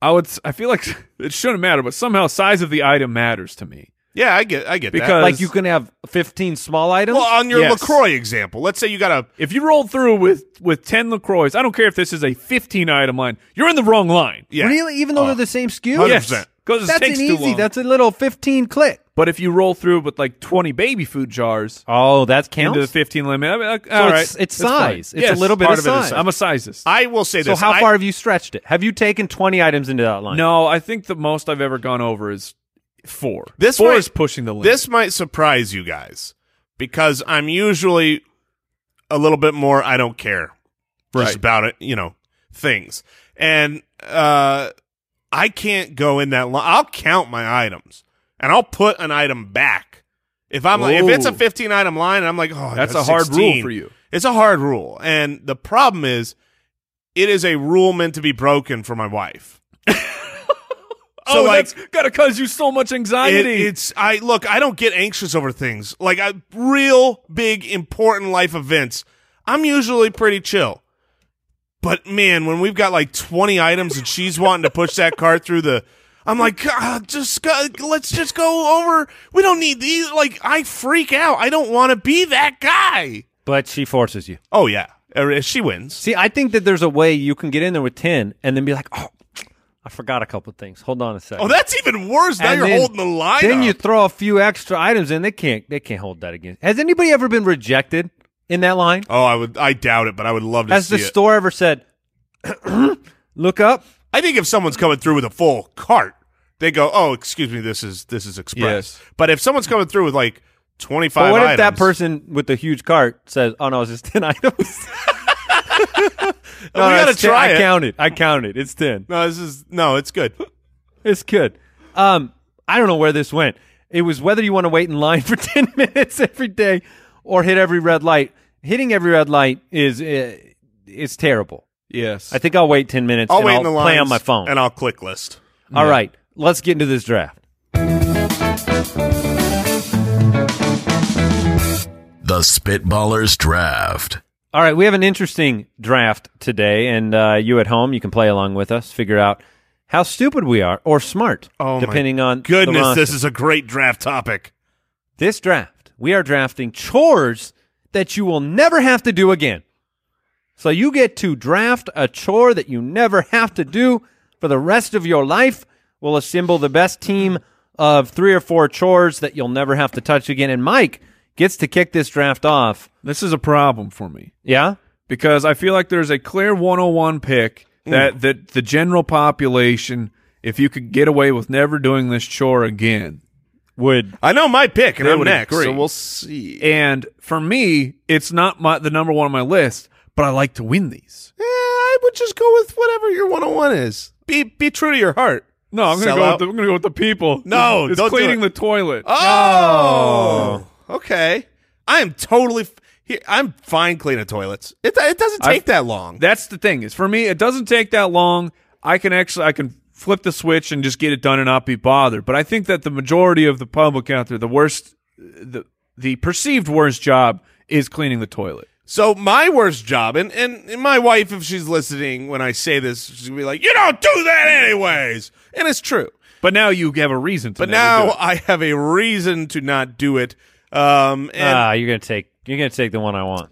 Speaker 4: I would s- I feel like it shouldn't matter, but somehow size of the item matters to me
Speaker 1: Yeah, I get, I get that.
Speaker 4: because
Speaker 3: Like you can have 15 small items?
Speaker 1: Well, on your
Speaker 4: Yes.
Speaker 1: Lacroix example, let's say you got a
Speaker 4: if you roll through with with ten Lacroix, I don't care if this is a fifteen item line, you're in the wrong line.
Speaker 1: yeah.
Speaker 3: Really? Even though they're the same SKU?
Speaker 1: 100%.
Speaker 4: Yes, because it
Speaker 3: That's
Speaker 4: takes
Speaker 3: an
Speaker 4: too
Speaker 3: easy.
Speaker 4: long.
Speaker 3: That's a little 15 click.
Speaker 4: but if you roll through with like twenty baby food jars
Speaker 3: Oh, that counts?
Speaker 4: into the fifteen limit, I mean, like,
Speaker 3: so
Speaker 4: all
Speaker 3: it's,
Speaker 4: right,
Speaker 3: it's
Speaker 4: that's fine.
Speaker 3: size. It's
Speaker 4: Yes,
Speaker 3: a little bit
Speaker 4: part
Speaker 3: of
Speaker 4: it is
Speaker 3: size.
Speaker 4: I'm a sizist.
Speaker 1: I will say
Speaker 3: so
Speaker 1: this.
Speaker 3: how
Speaker 1: I-
Speaker 3: far have you stretched it? Have you taken 20 items into that line?
Speaker 4: No, I think the most I've ever gone over is four.
Speaker 1: This
Speaker 4: four
Speaker 1: might-
Speaker 4: is pushing the limit.
Speaker 1: This might surprise you guys because I'm usually a little bit more I don't care
Speaker 4: Right.
Speaker 1: just about it, you know, things. And uh I can't go in that long. I'll count my items and I'll put an item back. If I'm like, if it's a
Speaker 4: Ooh.
Speaker 1: 15 item line and I'm like, oh, I
Speaker 4: That's
Speaker 1: got
Speaker 4: a hard
Speaker 1: 16.
Speaker 4: rule for you.
Speaker 1: It's a hard rule. And the problem is it is a rule meant to be broken for my wife.
Speaker 4: oh, that's gotta cause you so much
Speaker 1: It-
Speaker 4: anxiety.
Speaker 1: it's I look. I don't get anxious over things like I, real big important life events. I'm usually pretty chill, but man, when we've got like 20 items and she's wanting to push that cart through the, I'm like, God, just go, let's just go over. We don't need these. Like I freak out. I don't want to be that guy.
Speaker 3: But she forces you.
Speaker 1: Oh yeah, Er, she wins.
Speaker 3: See, I think that there's a way you can get in there with 10 and then be like, oh, I forgot a couple things. Hold on a second.
Speaker 1: Oh, that's even worse. Now
Speaker 3: And
Speaker 1: you're
Speaker 3: then-
Speaker 1: holding the line.
Speaker 3: Then
Speaker 1: up.
Speaker 3: you throw a few extra items in. They can't they can't hold that against. Has anybody ever been rejected in that line?
Speaker 1: Oh, I would. I doubt it, but I would love to
Speaker 3: Has
Speaker 1: see
Speaker 3: the
Speaker 1: it.
Speaker 3: store ever said, look up?
Speaker 1: I think if someone's coming through with a full cart, they go, "Oh, excuse me, this is this is express."
Speaker 4: Yes.
Speaker 1: But if someone's coming through with like twenty
Speaker 3: But
Speaker 1: five,
Speaker 3: what if that person with the huge cart says, oh, no, it's just 10 items?
Speaker 1: we gotta
Speaker 3: it's 10.
Speaker 1: try
Speaker 3: I
Speaker 1: it.
Speaker 3: counted. I counted. It's 10.
Speaker 1: No, this is no, it's good.
Speaker 3: It's good. Um, I don't know where this went. It was whether you want to wait in line for 10 minutes every day or hit every red light. Hitting every red light is uh, it's terrible.
Speaker 4: yes.
Speaker 3: I think I'll wait 10 minutes
Speaker 1: I'll
Speaker 3: and
Speaker 1: wait
Speaker 3: I'll
Speaker 1: in the line
Speaker 3: play on my phone.
Speaker 1: and I'll click list.
Speaker 3: All right, let's get into this draft.
Speaker 2: The Spitballers Draft.
Speaker 3: All right, we have an interesting draft today, and uh, you at home, you can play along with us, figure out how stupid we are or smart,
Speaker 1: Oh, my
Speaker 3: depending on the
Speaker 1: Goodness,
Speaker 3: roster.
Speaker 1: this is a great draft topic.
Speaker 3: This draft, we are drafting chores that you will never have to do again. So you get to draft a chore that you never have to do for the rest of your life. We'll assemble the best team of three or four chores that you'll never have to touch again. And Mike gets to kick this draft off.
Speaker 4: this is a problem for me.
Speaker 3: Yeah?
Speaker 4: Because I feel like there's a clear one oh one pick that, that the general population, if you could get away with never doing this chore again.
Speaker 3: Would
Speaker 1: I know my pick, and
Speaker 4: They
Speaker 1: I'm
Speaker 4: would
Speaker 1: next,
Speaker 4: agree.
Speaker 1: so we'll see.
Speaker 4: And for me, it's not my the number one on my list, but I like to win these.
Speaker 1: Eh, I would just go with whatever your one on one is. Be be true to your heart.
Speaker 4: No, I'm gonna
Speaker 1: Sell
Speaker 4: go
Speaker 1: out.
Speaker 4: with the, I'm gonna go with the people.
Speaker 1: No,
Speaker 4: it's
Speaker 1: don't do
Speaker 4: cleaning
Speaker 1: it.
Speaker 4: the toilet.
Speaker 1: Oh, okay. I am totally. F- here- I'm fine cleaning toilets. It it doesn't take
Speaker 4: I've-
Speaker 1: that long.
Speaker 4: That's the thing is for me, it doesn't take that long. I can actually I can flip the switch and just get it done and not be bothered. But I think that the majority of the public out there, the worst, the the perceived worst job is cleaning the toilet.
Speaker 1: So my worst job, and, and and my wife, if she's listening, when I say this, she'll be like, "You don't do that, anyways," and it's true.
Speaker 4: But now you have a reason to.
Speaker 1: But
Speaker 4: never do
Speaker 1: now
Speaker 4: it.
Speaker 1: I have a reason to not do it. Um, and
Speaker 3: Ah, you're gonna take you're gonna take the one I want.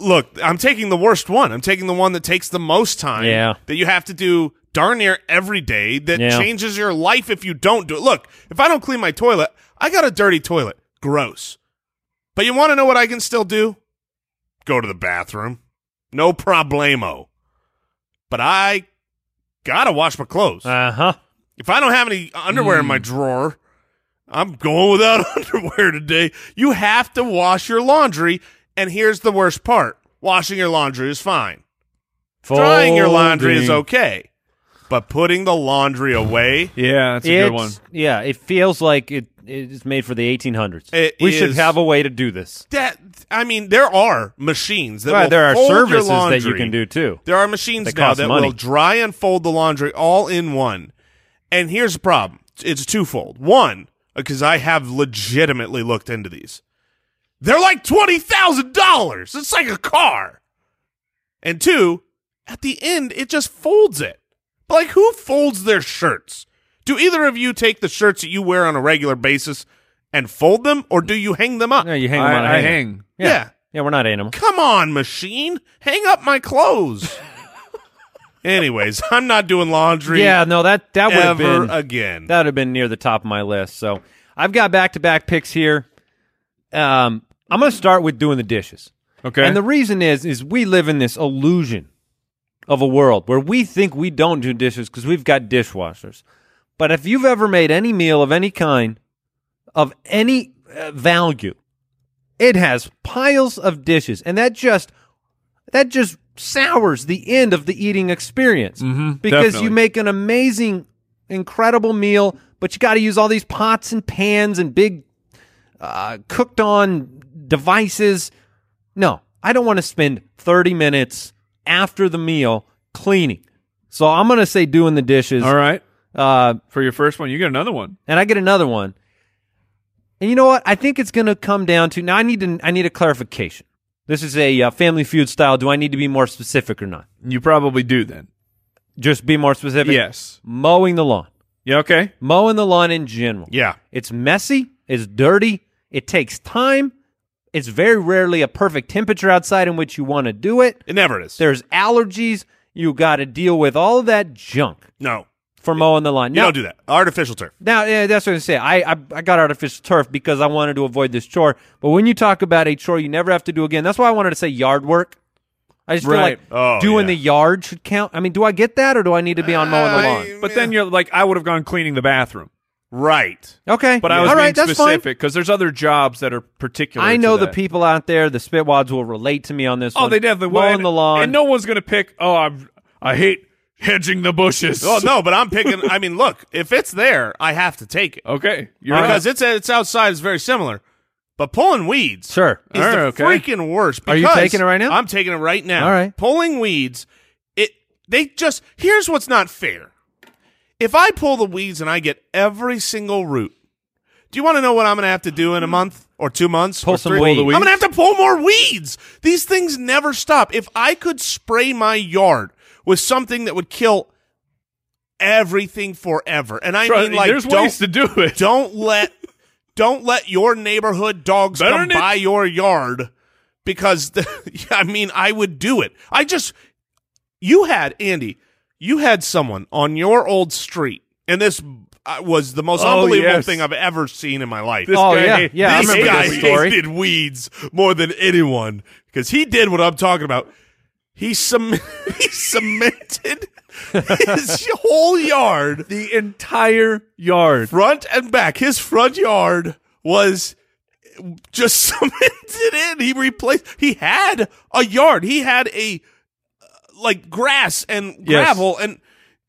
Speaker 1: look, I'm taking the worst one. I'm taking the one that takes the most time.
Speaker 3: Yeah.
Speaker 1: That you have to do darn near every day that
Speaker 3: Yeah.
Speaker 1: changes your life if you don't do it. Look, if I don't clean my toilet, I got a dirty toilet. Gross. But you want to know what I can still do? Go to the bathroom. No problemo. But I got to wash my clothes.
Speaker 3: Uh huh.
Speaker 1: If I don't have any underwear in my
Speaker 3: Hmm.
Speaker 1: drawer, I'm going without underwear today. You have to wash your laundry. And here's the worst part washing your laundry is fine, drying your laundry is okay. But putting the laundry away,
Speaker 4: yeah, that's a
Speaker 3: it's,
Speaker 4: good one.
Speaker 3: Yeah, it feels like it it's made for the 1800s.
Speaker 1: It
Speaker 3: we should
Speaker 1: is-
Speaker 3: have a way to do this.
Speaker 1: that, I mean, there are machines that
Speaker 3: Right,
Speaker 1: will
Speaker 3: there are
Speaker 1: fold your
Speaker 3: services that you
Speaker 1: laundry.
Speaker 3: can do too.
Speaker 1: There are machines
Speaker 3: That
Speaker 1: now
Speaker 3: cost
Speaker 1: that
Speaker 3: money.
Speaker 1: will dry and fold the laundry all in one. And here's the problem it's twofold. One, because I have legitimately looked into these, they're like $20,000. It's like a car. And two, at the end, it just folds it. But like, who folds their shirts? Do either of you take the shirts that you wear on a regular basis and fold them, or do you hang them up?
Speaker 3: No, you hang them on a
Speaker 4: I, I
Speaker 3: hanger.
Speaker 4: hang.
Speaker 3: Yeah.
Speaker 1: Yeah.
Speaker 3: yeah, we're not animals.
Speaker 1: Come on, machine. Hang up my clothes. Anyways, I'm not doing laundry
Speaker 3: Yeah, no that that would have
Speaker 1: ever
Speaker 3: been
Speaker 1: again.
Speaker 3: that would have been near the top of my list. So I've got back to back picks here. Um, I'm going to start with doing the dishes.
Speaker 4: Okay.
Speaker 3: And the reason is is we live in this illusion of a world where we think we don't do dishes because we've got dishwashers. But if you've ever made any meal of any kind of any uh, value, it has piles of dishes and that just that just sours the end of the eating experience because
Speaker 4: Mm-hmm. definitely.
Speaker 3: you make an amazing incredible meal but you got to use all these pots and pans and big uh, cooked on devices no, I don't want to spend 30 minutes after the meal cleaning. So I'm going to say doing the dishes.
Speaker 4: All right.
Speaker 3: Uh,
Speaker 4: For your first one, you get another one.
Speaker 3: and I get another one. And you know what? I think it's going to come down to now. I need to, I need a clarification. This is a uh, Family Feud style. Do I need to be more specific or not?
Speaker 4: You probably do then.
Speaker 3: Just be more specific.
Speaker 4: Yes.
Speaker 3: Mowing the lawn.
Speaker 4: Yeah. Okay.
Speaker 3: Mowing the lawn in general.
Speaker 1: yeah.
Speaker 3: It's messy, it's dirty, it takes time. It's very rarely a perfect temperature outside in which you want to do it.
Speaker 1: It never is.
Speaker 3: There's allergies. You got to deal with all of that junk
Speaker 1: no.
Speaker 3: for mowing the lawn.
Speaker 1: You
Speaker 3: now,
Speaker 1: don't do that. Artificial turf.
Speaker 3: now, yeah, that's what I say. I, I I got artificial turf because I wanted to avoid this chore. But when you talk about a chore you never have to do again, that's why I wanted to say yard work. I just
Speaker 4: Right.
Speaker 3: feel
Speaker 1: Oh,
Speaker 3: like doing
Speaker 1: yeah.
Speaker 3: the yard should count. I mean, do I get that or do I need to be on mowing the lawn?
Speaker 4: But then you're like, I would have gone cleaning the bathroom.
Speaker 1: Right.
Speaker 3: Okay,
Speaker 4: But I was
Speaker 3: all
Speaker 4: being
Speaker 3: right. that's fine.
Speaker 4: specific because there's other jobs that are particular.
Speaker 3: I
Speaker 4: to
Speaker 3: know the
Speaker 4: that.
Speaker 3: people out there, the spitwads will relate to me on this.
Speaker 4: Oh,
Speaker 3: one.
Speaker 4: they definitely will.
Speaker 3: mowing
Speaker 4: And-
Speaker 3: the lawn.
Speaker 4: and no one's gonna pick. Oh, I'm, I hate hedging the bushes.
Speaker 1: Oh no, but I'm picking I mean, look, if it's there, I have to take it.
Speaker 4: Okay, you're
Speaker 1: Because
Speaker 4: right.
Speaker 1: it's it's outside is very similar. But pulling weeds
Speaker 3: sure.
Speaker 1: is
Speaker 4: All right,
Speaker 1: the
Speaker 4: okay.
Speaker 1: freaking worst.
Speaker 3: Are you
Speaker 1: because
Speaker 3: taking it right now?
Speaker 1: I'm taking it right now.
Speaker 3: All right.
Speaker 1: Pulling weeds, it they just here's what's not fair. If I pull the weeds and I get every single root, do you want to know what I'm going to have to do in a month or two months?
Speaker 3: Pull
Speaker 1: or
Speaker 3: some
Speaker 1: three?
Speaker 3: weeds.
Speaker 1: I'm going to have to pull more weeds. These things never stop. If I could spray my yard with something that would kill everything forever, and I
Speaker 4: Trust-
Speaker 1: mean like
Speaker 4: there's
Speaker 1: don't
Speaker 4: ways to do it.
Speaker 1: don't let don't let your neighborhood dogs
Speaker 4: Better
Speaker 1: come
Speaker 4: than-
Speaker 1: by your yard because the, I mean I would do it. I just you had Andy, you had someone on your old street, and this uh, was the most
Speaker 4: Oh,
Speaker 1: unbelievable
Speaker 4: yes.
Speaker 1: thing I've ever seen in my life.
Speaker 4: This
Speaker 3: Oh
Speaker 4: guy
Speaker 3: yeah,
Speaker 4: hate-
Speaker 3: yeah. I
Speaker 1: this
Speaker 3: remember
Speaker 1: guy
Speaker 3: this story.
Speaker 1: hated weeds more than anyone because he did what I'm talking about. He, cem- he cemented his whole yard
Speaker 4: the entire yard.
Speaker 1: front and back. His front yard was just cemented in. He replaced. He had a yard. He had a uh, like grass and
Speaker 4: Yes.
Speaker 1: gravel, and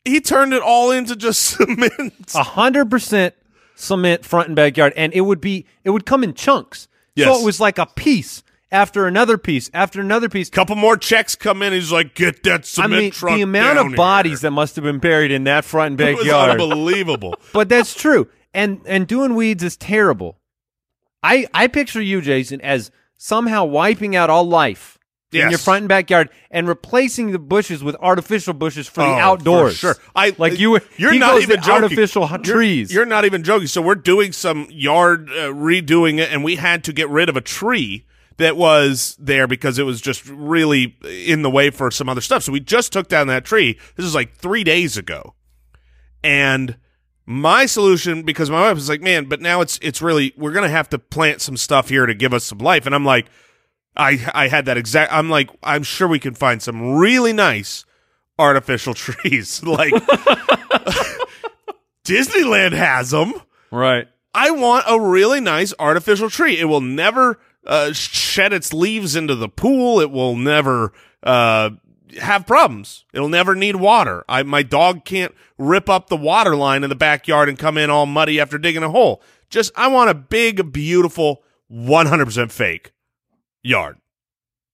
Speaker 1: he turned it all into just cement.
Speaker 3: a hundred percent cement front and backyard, and it would be it would come in chunks.
Speaker 1: Yes.
Speaker 3: So it was like a piece after another piece after another piece.
Speaker 1: Couple more checks come in. He's like, get that
Speaker 3: I
Speaker 1: cement
Speaker 3: mean,
Speaker 1: truck
Speaker 3: the amount
Speaker 1: down
Speaker 3: of bodies
Speaker 1: here."
Speaker 3: that must have been buried in that front and
Speaker 1: It was
Speaker 3: backyard.
Speaker 1: unbelievable.
Speaker 3: But that's true, and and doing weeds is terrible. I I picture you, Jason, as somehow wiping out all life
Speaker 1: Yes.
Speaker 3: in your front and backyard and replacing the bushes with artificial bushes for the
Speaker 1: Oh, for
Speaker 3: outdoors.
Speaker 1: sure. I
Speaker 3: like you.
Speaker 1: You're
Speaker 3: he
Speaker 1: not
Speaker 3: goes
Speaker 1: even
Speaker 3: to
Speaker 1: joking.
Speaker 3: artificial hu-
Speaker 1: You're-
Speaker 3: trees.
Speaker 1: You're not even joking. So we're doing some yard uh, redoing it, and we had to get rid of a tree that was there because it was just really in the way for some other stuff. So we just took down that tree. This is like three days ago, and my solution because my wife was like, "Man, but now it's it's really we're gonna have to plant some stuff here to give us some life," and I'm like. I I had that exact. I'm like, I'm sure we can find some really nice artificial trees. like Disneyland has them.
Speaker 4: Right.
Speaker 1: I want a really nice artificial tree. It will never uh, shed its leaves into the pool. It will never uh, have problems. It'll never need water. I, my dog can't rip up the water line in the backyard and come in all muddy after digging a hole. Just, I want a big, beautiful, 100% fake yard.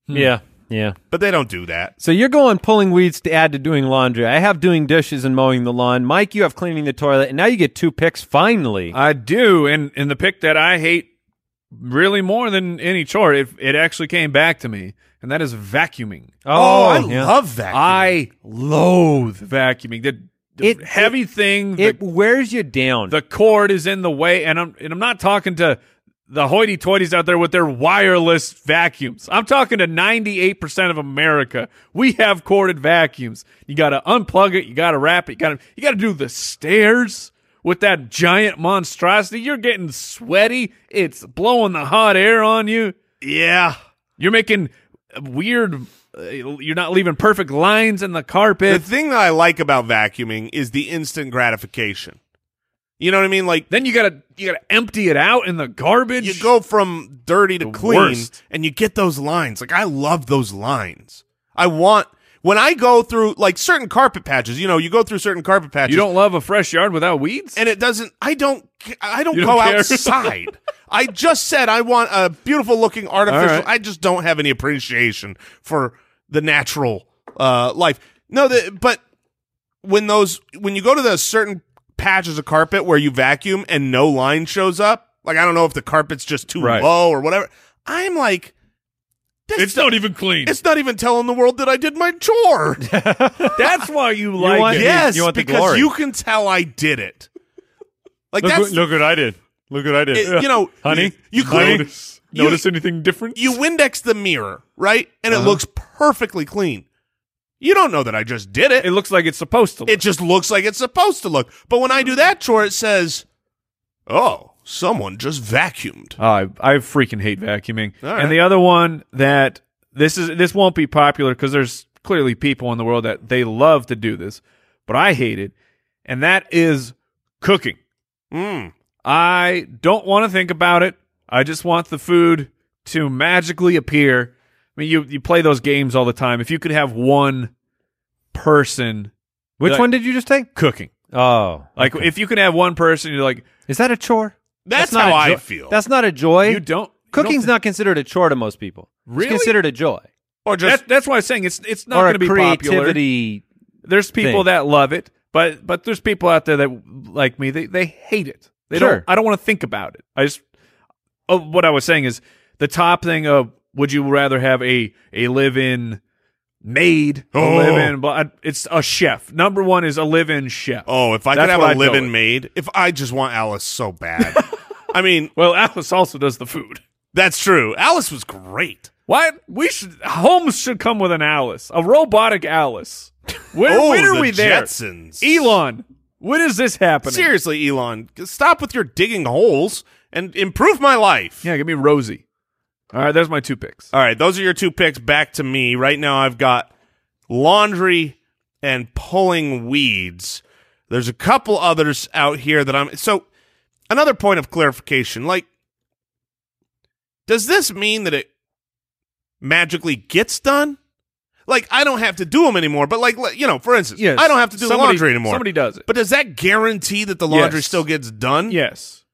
Speaker 3: yeah, yeah.
Speaker 1: But they don't do that.
Speaker 3: Hmm. So you're going pulling weeds to add to doing laundry. I have doing dishes and mowing the lawn. Mike, you have cleaning the toilet, and now you get two picks. Finally,
Speaker 4: I do, and and the pick that I hate really more than any chore, it it actually came back to me, and that is vacuuming.
Speaker 1: Oh, I
Speaker 3: yeah.
Speaker 1: love that.
Speaker 4: I loathe vacuuming. The, the
Speaker 3: It-
Speaker 4: heavy thing, the,
Speaker 3: it wears you down.
Speaker 4: the cord is in the way, and I'm and I'm not talking to the hoity-toities out there with their wireless vacuums. I'm talking to 98% of America. We have corded vacuums. You got to unplug it. You got to wrap it. You got to you got to do the stairs with that giant monstrosity. You're getting sweaty. It's blowing the hot air on you.
Speaker 1: yeah.
Speaker 4: You're making weird. uh, You're not leaving perfect lines in the carpet.
Speaker 1: The thing that I like about vacuuming is the instant gratification. You know what I mean? Like
Speaker 4: Then you gotta you gotta empty it out in the garbage.
Speaker 1: you go from dirty to
Speaker 4: The
Speaker 1: clean
Speaker 4: worst.
Speaker 1: and you get those lines. Like I love those lines. I want when I go through like certain carpet patches, you know, you go through certain carpet patches
Speaker 4: You don't love a fresh yard without weeds.
Speaker 1: and it doesn't I don't ca- I don't,
Speaker 4: You
Speaker 1: go
Speaker 4: don't care?
Speaker 1: outside. I just said I want a beautiful looking artificial.
Speaker 4: All right.
Speaker 1: I just don't have any appreciation for the natural uh life. No, the, but when those when you go to those certain patches of carpet where you vacuum and no line shows up, like I don't know if the carpet's just too
Speaker 4: Right.
Speaker 1: low or whatever. I'm like that's
Speaker 4: it's not even clean.
Speaker 1: it's not even telling the world that I did my chore.
Speaker 4: That's why you
Speaker 3: like want- it.
Speaker 1: yes,
Speaker 3: You want the
Speaker 1: because
Speaker 3: glory.
Speaker 1: you can tell I did it. Like that's
Speaker 4: what I did. Look what I did.
Speaker 1: it- you know, you- you clean- you-
Speaker 4: anything different?
Speaker 1: you Windex the mirror, right? And
Speaker 4: Uh-huh.
Speaker 1: it looks perfectly clean. You don't know that I just did it.
Speaker 4: it
Speaker 1: it.
Speaker 4: looks like it's supposed to. Look.
Speaker 1: just looks like it's supposed to look. But when I do that chore, it says, "Oh, someone just vacuumed."
Speaker 4: Oh, I I freaking hate vacuuming.
Speaker 1: All right.
Speaker 4: And the other one that this is this won't be popular because there's clearly people in the world that they love to do this, but I hate it, and that is cooking.
Speaker 1: Mm.
Speaker 4: I don't want to think about it. I just want the food to magically appear. I mean, you you play those games all the time. If you could have one person
Speaker 3: Which
Speaker 4: like-
Speaker 3: one did you just take?
Speaker 4: cooking,
Speaker 3: Oh,
Speaker 4: like if you can have one person, you're like
Speaker 3: is that a chore?
Speaker 1: That's,
Speaker 3: not
Speaker 1: how
Speaker 3: a
Speaker 1: I
Speaker 3: jo-
Speaker 1: feel.
Speaker 3: That's not a joy.
Speaker 4: you don't you don't
Speaker 3: Cooking's
Speaker 4: thi-
Speaker 3: not considered a chore to most people.
Speaker 4: Really?
Speaker 3: It's considered a joy
Speaker 1: or
Speaker 4: That's
Speaker 1: just
Speaker 4: that's why I'm saying it's it's not
Speaker 3: or
Speaker 4: going
Speaker 3: a
Speaker 4: to be popular.
Speaker 3: creativity.
Speaker 4: There's people
Speaker 3: thing.
Speaker 4: that love it, but but there's people out there that like me. They they hate it. They don't.
Speaker 3: Sure.
Speaker 4: I don't want to think about it. I just. Oh, what I was saying is the top thing of would you rather have a a live in maid,
Speaker 1: Oh.
Speaker 4: a live in, but it's a chef. Number one is a live in chef.
Speaker 1: oh, if I
Speaker 4: That's
Speaker 1: could have
Speaker 4: what
Speaker 1: a
Speaker 4: I'd go
Speaker 1: live-in
Speaker 4: with.
Speaker 1: maid, if I just want Alice so bad. I mean,
Speaker 4: Well, Alice also does the food.
Speaker 1: that's true. Alice was great.
Speaker 4: Why we should homes should come with an Alice, a robotic Alice. When,
Speaker 1: oh,
Speaker 4: when are
Speaker 1: the
Speaker 4: we there?
Speaker 1: Jetsons.
Speaker 4: Elon, when is this happening?
Speaker 1: Seriously, Elon, stop with your digging holes and improve my life.
Speaker 4: Yeah, give me Rosie. All right, there's my two picks.
Speaker 1: All right, those are your two picks. Back to me. Right now, I've got laundry and pulling weeds. There's a couple others out here that I'm. So, another point of clarification like, does this mean that it magically gets done? Like, I don't have to do them anymore, but, like, you know, for instance, I don't have to do the
Speaker 4: Somebody-
Speaker 1: laundry anymore.
Speaker 4: Somebody does it.
Speaker 1: but does that guarantee that the laundry
Speaker 4: Yes.
Speaker 1: still gets done?
Speaker 4: yes,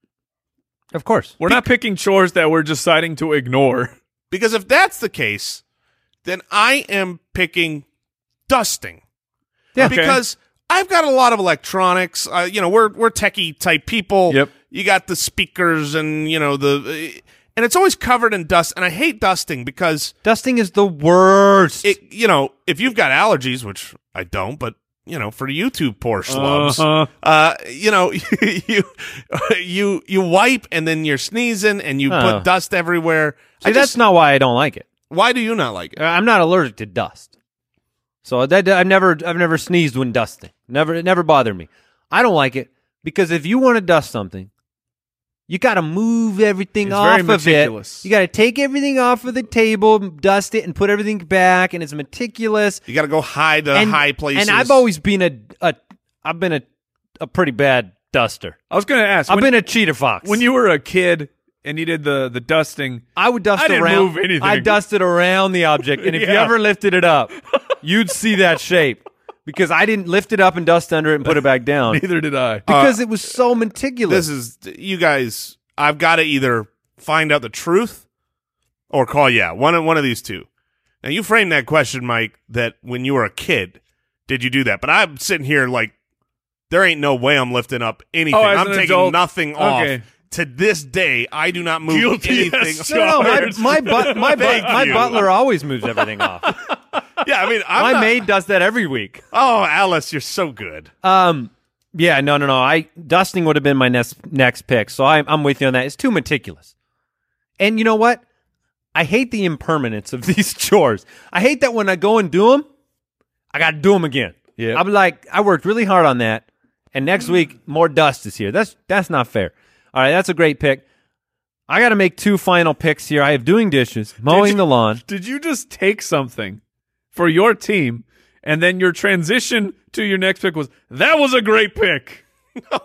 Speaker 3: Of course.
Speaker 4: we're not picking chores that we're deciding to ignore.
Speaker 1: Because if that's the case, then I am picking dusting.
Speaker 3: Yeah.
Speaker 4: Okay.
Speaker 1: Because I've got a lot of electronics. Uh, you know, we're we're techie type people.
Speaker 4: Yep.
Speaker 1: You got the speakers and you know the, and it's always covered in dust. And I hate dusting because
Speaker 3: Dusting is the worst.
Speaker 1: it, you know, if you've got allergies, which I don't, but you know, for you two poor slums,
Speaker 4: Uh-huh.
Speaker 1: uh, you know, you you you wipe and then you're sneezing and you
Speaker 3: Oh.
Speaker 1: put dust everywhere.
Speaker 3: See,
Speaker 1: I
Speaker 3: that's
Speaker 1: just,
Speaker 3: not why I don't like it.
Speaker 1: why do you not like it?
Speaker 3: Uh, I'm not allergic to dust. So that I've never I've never sneezed when dusting. Never it never bothered me. I don't like it because if you want to dust something, you got to move everything
Speaker 4: It's
Speaker 3: off
Speaker 4: very
Speaker 3: of
Speaker 4: meticulous.
Speaker 3: it. You got to take everything off of the table, dust it, and put everything back, and it's meticulous.
Speaker 1: You got to go hide the
Speaker 3: and,
Speaker 1: high places.
Speaker 3: And I've always been a, a I've been a a pretty bad duster.
Speaker 4: I was going to ask
Speaker 3: I've
Speaker 4: when,
Speaker 3: been a cheater fox.
Speaker 4: when you were a kid and you did the the dusting.
Speaker 3: I would dust
Speaker 4: I didn't
Speaker 3: around.
Speaker 4: move anything.
Speaker 3: I dusted around the object, and if you
Speaker 4: Yeah.
Speaker 3: ever lifted it up, you'd see that shape because I didn't lift it up and dust under it and put it back down
Speaker 4: Neither did I.
Speaker 3: because it was so meticulous.
Speaker 1: this is you guys. I've got to either find out the truth or call yeah one of one of these two. Now you framed that question, Mike, that when you were a kid, did you do that? But I'm sitting here like there ain't no way I'm lifting up anything.
Speaker 4: Oh, as
Speaker 1: I'm
Speaker 4: an
Speaker 1: taking
Speaker 4: adult-
Speaker 1: nothing
Speaker 4: okay.
Speaker 1: off. To this day, I do not move
Speaker 4: Guilty
Speaker 1: anything.
Speaker 4: as
Speaker 3: no, no, no,
Speaker 4: charged.
Speaker 3: my my, but, my, but,
Speaker 1: Thank
Speaker 3: my
Speaker 1: you.
Speaker 3: butler always moves everything off.
Speaker 1: yeah, I mean, I'm
Speaker 3: my
Speaker 1: not-
Speaker 3: maid does that every week.
Speaker 1: Oh, Alice, you're so good.
Speaker 3: Um, yeah, no, no, no. I dusting would have been my next next pick, so I'm I'm with you on that. It's too meticulous, and you know what? I hate the impermanence of these chores. I hate that when I go and do them, I got to do them again.
Speaker 4: Yeah.
Speaker 3: I'm like, I worked really hard on that, and next week more dust is here. That's that's not fair. All right, that's a great pick. I got to make two final picks here. I have doing dishes, mowing
Speaker 4: you-
Speaker 3: the lawn.
Speaker 4: Did you just take something for your team and then your transition to your next pick was that was a great pick?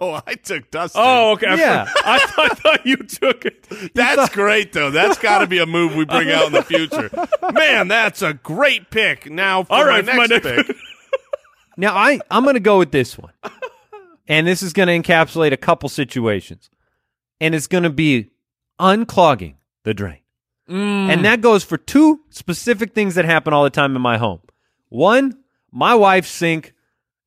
Speaker 1: Oh, I took Dustin.
Speaker 4: Oh, okay. I for-
Speaker 3: Yeah.
Speaker 4: I, thought- I thought you took it.
Speaker 1: That's great though. That's got to be a move we bring out in the future. Man, that's a great pick. Now for
Speaker 4: All right,
Speaker 1: my next pick.
Speaker 3: Now I I'm going to go with this one, and this is going to encapsulate a couple situations, and it's going to be unclogging the drain, and that goes for two specific things that happen all the time in my home. One, my wife's sink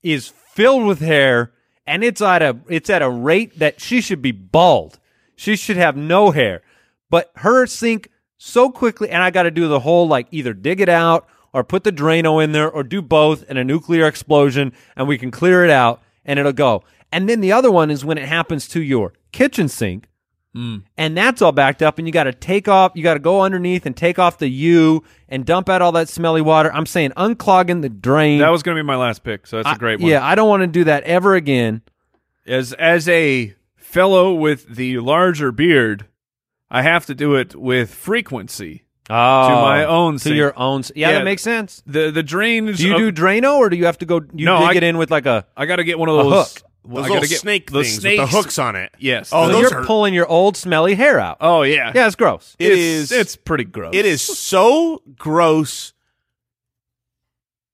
Speaker 3: is filled with hair, and it's at a it's at a rate that she should be bald. She should have no hair, but her sink so quickly, and I got to do the whole like either dig it out or put the Drano in there or do both and a nuclear explosion, and we can clear it out and it'll go. And then the other one is when it happens to your kitchen sink and that's all backed up and you got to take off you got to go underneath and take off the u and dump out all that smelly water i'm saying unclogging the drain
Speaker 4: That was going to be my last pick, so that's a great one.
Speaker 3: yeah i don't want to do that ever again
Speaker 4: As as a fellow with the larger beard, I have to do it with frequency.
Speaker 3: oh,
Speaker 4: my own
Speaker 3: to
Speaker 4: sink.
Speaker 3: your own s- yeah,
Speaker 4: Yeah.
Speaker 3: that makes sense
Speaker 4: The the drains
Speaker 3: do you
Speaker 4: of-
Speaker 3: do drano or do you have to go you
Speaker 4: No,
Speaker 3: dig
Speaker 4: I-
Speaker 3: it in with like a
Speaker 4: I got to get one of
Speaker 3: A
Speaker 4: those
Speaker 3: hook.
Speaker 1: Those
Speaker 4: well, I
Speaker 1: little
Speaker 4: gotta get
Speaker 1: snake
Speaker 4: those
Speaker 1: things
Speaker 4: snakes.
Speaker 1: with the hooks on it.
Speaker 4: Yes.
Speaker 1: Oh,
Speaker 4: So
Speaker 1: those
Speaker 3: you're
Speaker 1: are.
Speaker 3: pulling your old smelly hair out
Speaker 4: Oh yeah.
Speaker 3: yeah it's gross
Speaker 1: it
Speaker 4: it's,
Speaker 1: is.
Speaker 4: it's pretty gross.
Speaker 1: It is so gross,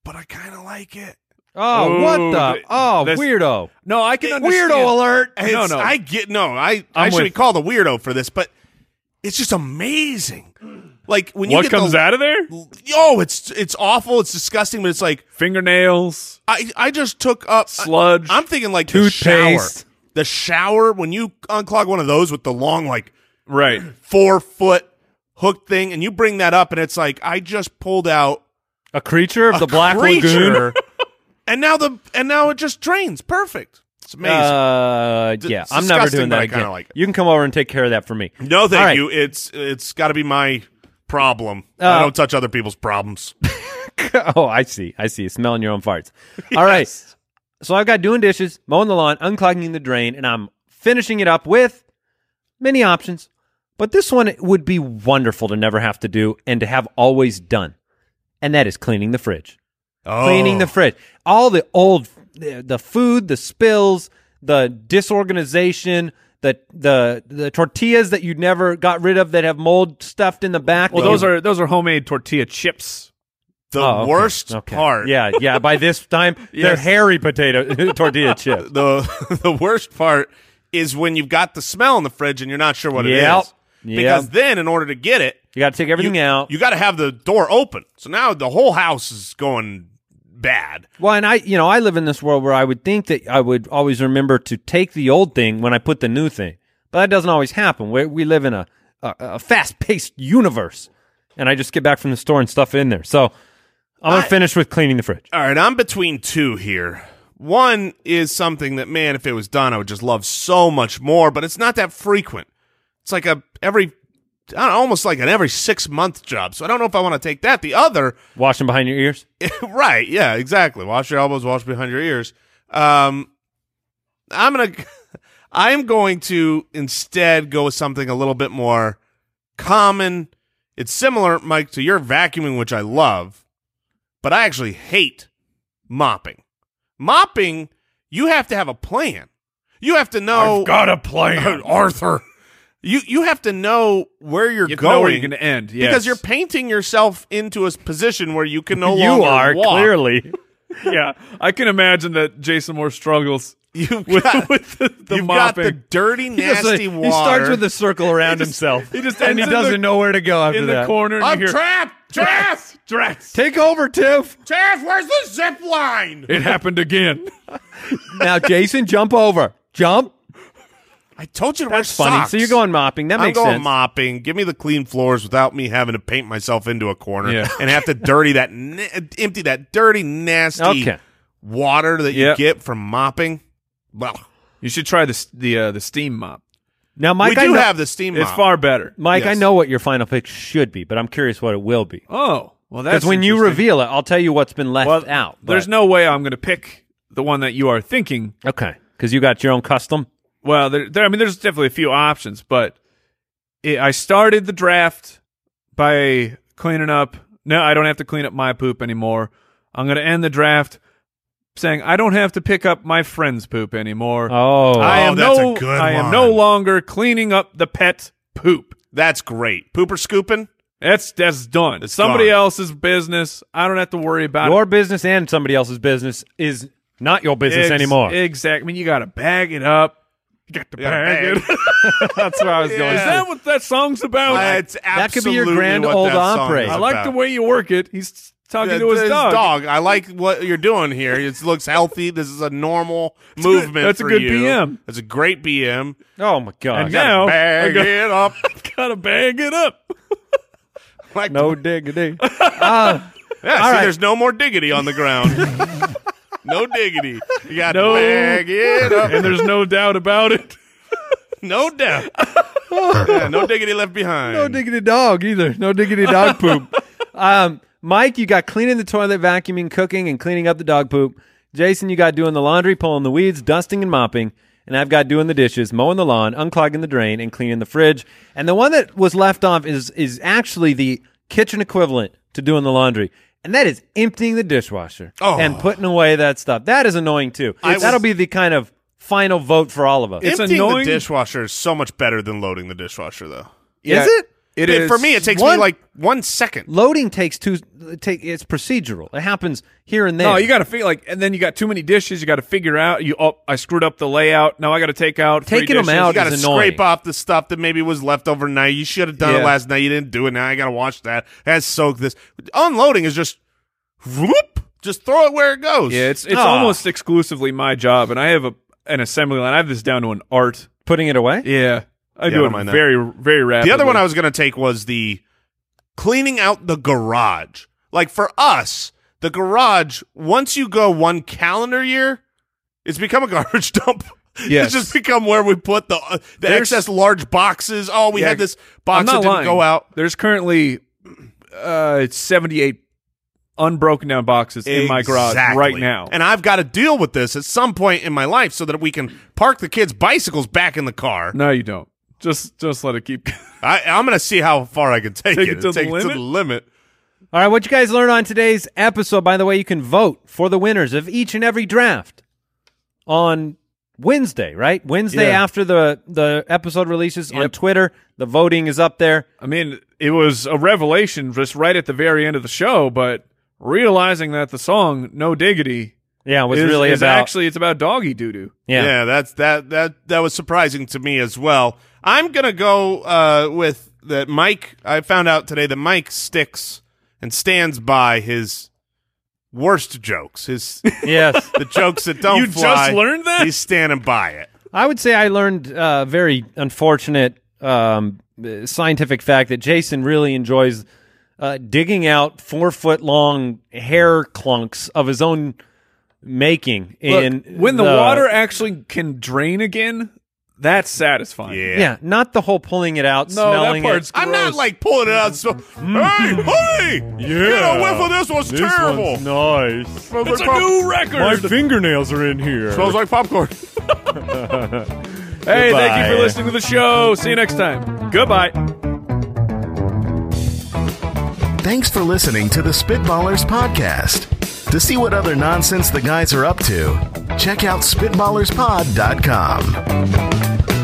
Speaker 1: but I kind of like it.
Speaker 3: oh
Speaker 4: Ooh,
Speaker 3: what the
Speaker 4: th-
Speaker 3: oh
Speaker 4: this-
Speaker 3: weirdo
Speaker 4: No, I can understand.
Speaker 3: weirdo alert
Speaker 1: It's,
Speaker 4: no.
Speaker 1: I get no. I I
Speaker 4: I'm
Speaker 1: should be
Speaker 4: with-
Speaker 1: called a weirdo for this, but it's just amazing. Like when you
Speaker 4: What
Speaker 1: get the-
Speaker 4: comes out of there?
Speaker 1: Oh, it's it's awful. It's disgusting, but it's like
Speaker 4: Fingernails.
Speaker 1: I I just took up
Speaker 4: Sludge.
Speaker 1: I, am thinking like
Speaker 3: Toothpaste.
Speaker 1: the shower. The shower when you unclog one of those with the long like
Speaker 4: Right.
Speaker 1: four foot hook thing, and you bring that up, and it's like I just pulled out
Speaker 3: a creature of
Speaker 1: a
Speaker 3: the black lagoon
Speaker 1: creature, and now the and now it just drains. Perfect. It's amazing.
Speaker 3: uh,
Speaker 1: D-
Speaker 3: yeah, I'm never
Speaker 1: disgusting,
Speaker 3: doing
Speaker 1: but
Speaker 3: that
Speaker 1: I kinda
Speaker 3: again.
Speaker 1: like it.
Speaker 3: You can come over and take care of that for me.
Speaker 1: no, thank
Speaker 3: all right.
Speaker 1: you. It's it's got to be my problem. I
Speaker 3: Uh,
Speaker 1: don't touch other people's problems.
Speaker 3: oh, I see. I see. Smelling your own farts. All right. So I've got doing dishes, mowing the lawn, unclogging the drain, and I'm finishing it up with many options. But this one would be wonderful to never have to do and to have always done. And that is cleaning the fridge.
Speaker 1: Oh.
Speaker 3: Cleaning the fridge. All the old the the food, the spills, the disorganization, the the the tortillas that you never got rid of that have mold stuffed in the back.
Speaker 4: Well, those are those are homemade tortilla chips.
Speaker 1: the
Speaker 3: Oh, okay.
Speaker 1: worst
Speaker 3: Okay.
Speaker 1: part.
Speaker 3: Yeah, yeah. By this time, they're
Speaker 4: Yes.
Speaker 3: hairy potato tortilla chips.
Speaker 1: the the worst part is when you've got the smell in the fridge and you're not sure what
Speaker 3: Yep.
Speaker 1: it is. Because then in order to get it,
Speaker 3: You got to take everything
Speaker 1: you,
Speaker 3: out.
Speaker 1: you got to have the door open. So now the whole house is going bad.
Speaker 3: well, and I, you know, I live in this world where I would think that I would always remember to take the old thing when I put the new thing, but that doesn't always happen. We we live in a a, a fast paced universe, and I just get back from the store and stuff in there. So I'm gonna finish with cleaning the fridge.
Speaker 1: All right, I'm between two here. One is something that, man, if it was done, I would just love so much more, but it's not that frequent. It's like a every, I don't know, almost like an every six month job. So I don't know if I want to take that. The other,
Speaker 3: Washing behind your ears.
Speaker 1: right? Yeah, exactly. Wash your elbows, wash behind your ears. Um, I'm gonna, I'm going to instead go with something a little bit more common. It's similar, Mike, to your vacuuming, which I love, but I actually hate mopping. Mopping, you have to have a plan. You have to
Speaker 3: Oh.
Speaker 1: know
Speaker 4: a plan,
Speaker 1: Arthur. You you have to know where you're
Speaker 4: You
Speaker 1: going.
Speaker 4: know where you're going to end. Yes.
Speaker 1: Because you're painting yourself into a s- position where you can no
Speaker 3: you
Speaker 1: longer
Speaker 3: are
Speaker 1: walk.
Speaker 3: clearly.
Speaker 4: yeah, I can imagine that Jason Moore struggles
Speaker 1: You've
Speaker 4: with,
Speaker 1: got,
Speaker 4: with the, the
Speaker 1: you've got
Speaker 4: mopping.
Speaker 1: the dirty, nasty water.
Speaker 3: He starts with a circle around himself,
Speaker 4: he just
Speaker 3: and
Speaker 4: ends
Speaker 3: he
Speaker 4: in the-
Speaker 3: doesn't know where to go after
Speaker 4: in
Speaker 3: that.
Speaker 4: the corner, and
Speaker 1: I'm
Speaker 4: you hear,
Speaker 1: trapped. Trapped.
Speaker 4: dress.
Speaker 3: Take over, Tiff.
Speaker 1: Trapped. Where's the zip line?
Speaker 4: It happened again.
Speaker 3: now, Jason, jump over. Jump.
Speaker 1: I told you to
Speaker 3: That's
Speaker 1: wear
Speaker 3: funny.
Speaker 1: socks.
Speaker 3: So you're going mopping. That
Speaker 1: I'm
Speaker 3: makes
Speaker 1: going
Speaker 3: sense.
Speaker 1: mopping. Give me the clean floors without me having to paint myself into a corner
Speaker 4: Yeah.
Speaker 1: and have to dirty that, na- empty that dirty, nasty
Speaker 3: Okay.
Speaker 1: water that
Speaker 4: Yep.
Speaker 1: you get from mopping. Well,
Speaker 4: You should try the the uh, the steam mop.
Speaker 3: Now,
Speaker 1: we
Speaker 3: Mike, I
Speaker 1: do
Speaker 3: know,
Speaker 1: have the steam.
Speaker 4: It's
Speaker 1: mop.
Speaker 4: far better.
Speaker 3: Mike, I
Speaker 1: yes.
Speaker 3: know what your final pick should be, but I'm curious what it will be.
Speaker 4: Oh, well, that's
Speaker 3: Because when you
Speaker 4: interesting.
Speaker 3: reveal it, I'll tell you what's been left
Speaker 4: well,
Speaker 3: out.
Speaker 4: There's no way I'm going to pick the one that you are thinking.
Speaker 3: okay because you got your own custom.
Speaker 4: Well, there, there, I mean, there's definitely a few options, but it, I started the draft by cleaning up. No, I don't have to clean up my poop anymore. I'm going to end the draft saying I don't have to pick up my friend's poop anymore.
Speaker 3: Oh,
Speaker 1: I-
Speaker 4: I am
Speaker 1: that's a
Speaker 4: no,
Speaker 1: good
Speaker 4: I am
Speaker 1: one.
Speaker 4: no longer cleaning up the pet poop.
Speaker 1: That's great. Pooper scooping.
Speaker 4: That's that's done. It's somebody
Speaker 1: gone.
Speaker 4: else's business. I don't have to worry about it.
Speaker 3: your business and somebody else's business is not your business
Speaker 4: Ex-
Speaker 3: anymore.
Speaker 4: Exactly. I mean, you got to bag it up. You got to bag,
Speaker 1: bag
Speaker 4: it.
Speaker 3: That's where I was
Speaker 1: Yeah.
Speaker 4: Is that what that song's about? I,
Speaker 1: That's
Speaker 3: That could be your
Speaker 1: absolutely
Speaker 3: grand
Speaker 1: what
Speaker 3: old
Speaker 1: that song
Speaker 3: opry.
Speaker 1: is
Speaker 3: I
Speaker 4: like
Speaker 1: about.
Speaker 4: the way you work it. He's talking
Speaker 1: Yeah,
Speaker 4: to his, dog.
Speaker 1: I like what you're doing here. It looks healthy. This is a normal
Speaker 4: good-
Speaker 1: movement.
Speaker 4: that's a
Speaker 1: for
Speaker 4: good
Speaker 1: you.
Speaker 4: BM.
Speaker 1: That's a great BM.
Speaker 3: Oh my gosh!
Speaker 4: And now
Speaker 1: Bag it up.
Speaker 4: gotta bag it up.
Speaker 1: Like,
Speaker 3: no diggity.
Speaker 1: yeah, see,
Speaker 3: right.
Speaker 1: there's no more diggity on the ground. no diggity. You got
Speaker 4: No.
Speaker 1: to bag it up.
Speaker 4: and there's no doubt about it.
Speaker 1: No doubt. Yeah, no diggity left behind.
Speaker 3: no diggity dog either. No diggity dog poop. Um, Mike, you got cleaning the toilet, vacuuming, cooking, and cleaning up the dog poop. Jason, you got doing the laundry, pulling the weeds, dusting and mopping. And I've got doing the dishes, mowing the lawn, unclogging the drain, and cleaning the fridge. And the one that was left off is is actually the kitchen equivalent to doing the laundry. And that is emptying the dishwasher
Speaker 1: Oh.
Speaker 3: and putting away that stuff. That is annoying too.
Speaker 1: was-
Speaker 3: That'll be the kind of final vote for all of us.
Speaker 4: It's
Speaker 1: Emptying
Speaker 4: annoying.
Speaker 1: the dishwasher is so much better than loading the dishwasher, though.
Speaker 4: Yeah,
Speaker 3: it?
Speaker 4: It
Speaker 1: It-
Speaker 4: is
Speaker 1: for me, it takes
Speaker 3: one-
Speaker 1: me like one second.
Speaker 3: Loading takes two. Take it's procedural. It happens here and there.
Speaker 4: No, Oh, you got to feel like, and then you got too many dishes. You got to figure out. You, oh, I screwed up the layout. Now I got to take out. three
Speaker 3: Taking 'em
Speaker 4: dishes.
Speaker 3: out
Speaker 1: You got to
Speaker 3: is annoying.
Speaker 1: scrape off the stuff that maybe was left overnight. You should have done
Speaker 4: Yeah.
Speaker 1: it last night. You didn't do it. Now I got to watch that. Has soak this. Unloading is just whoop. Just throw it where it goes.
Speaker 4: Yeah, it's it's
Speaker 3: Ah.
Speaker 4: almost exclusively my job, and I have a an assembly line. I have this down to an art.
Speaker 3: putting it away.
Speaker 4: Yeah, I
Speaker 1: I
Speaker 4: do
Speaker 1: don't
Speaker 4: it
Speaker 1: mind that.
Speaker 4: very very
Speaker 1: the
Speaker 4: rapidly.
Speaker 1: other one I was gonna take was the cleaning out the garage. Like for us, the garage. Once you go one calendar year, it's become a garbage dump.
Speaker 4: Yes.
Speaker 1: It's just become where we put the uh, the
Speaker 4: There's-
Speaker 1: excess large boxes. Oh, we
Speaker 4: Yeah,
Speaker 1: had this
Speaker 4: I'm
Speaker 1: box that
Speaker 4: not
Speaker 1: didn't
Speaker 4: lying.
Speaker 1: go out.
Speaker 4: There's currently uh seventy eight unbroken down boxes in my garage
Speaker 1: Exactly.
Speaker 4: right now.
Speaker 1: And I've got to deal with this at some point in my life so that we can park the kids' bicycles back in the car.
Speaker 4: no, you don't. Just just let it keep.
Speaker 1: I, I'm going to see how far I can take,
Speaker 4: Take it to
Speaker 1: take
Speaker 4: the
Speaker 1: it to
Speaker 4: limit?
Speaker 1: the limit.
Speaker 3: All right, what you guys learned on today's episode. By the way, you can vote for the winners of each and every draft on Wednesday. Right, Wednesday
Speaker 4: Yeah.
Speaker 3: after the the episode releases on Twitter. The voting is up there.
Speaker 4: I mean, it was a revelation just right at the very end of the show, but realizing that the song "No Diggity"
Speaker 3: Yeah, it was
Speaker 4: is,
Speaker 3: really
Speaker 4: is
Speaker 3: about
Speaker 4: actually it's about doggy doo doo.
Speaker 3: yeah.
Speaker 1: that's that that that was surprising to me as well. I'm gonna go uh, with that. Mike, I found out today that Mike sticks and stands by his worst jokes. His
Speaker 3: Yes,
Speaker 1: the jokes that don't
Speaker 4: You just
Speaker 1: fly.
Speaker 4: learned that?
Speaker 1: he's standing by it.
Speaker 3: I would say I learned uh, very unfortunate um, uh, scientific fact that Jason really enjoys uh, digging out four foot long hair clunks of his own making.
Speaker 4: Look,
Speaker 3: in
Speaker 4: when the, water actually can drain again, that's satisfying.
Speaker 1: Yeah.
Speaker 3: yeah, not the whole pulling it out,
Speaker 4: No,
Speaker 3: smelling
Speaker 4: that part's
Speaker 3: it.
Speaker 4: gross. Mm.
Speaker 1: I'm not like pulling it out. So, hey, hey! Get a whiff of this one's terrible.
Speaker 5: nice.
Speaker 1: Smells like
Speaker 4: It's a
Speaker 1: pop-
Speaker 4: new record.
Speaker 5: My fingernails are in here.
Speaker 1: Smells like popcorn.
Speaker 4: hey, thank you
Speaker 5: Goodbye.
Speaker 4: for listening to the show. See you next time. Goodbye.
Speaker 2: Thanks for listening to the Spitballers Podcast. To see what other nonsense the guys are up to, check out SpitballersPod.com.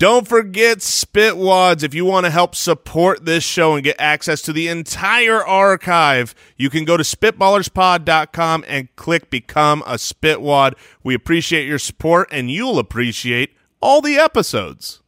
Speaker 1: Don't forget Spitwads. If you want to help support this show and get access to the entire archive, you can go to spitballerspod.com and click Become a Spitwad. We appreciate your support, and you'll appreciate all the episodes.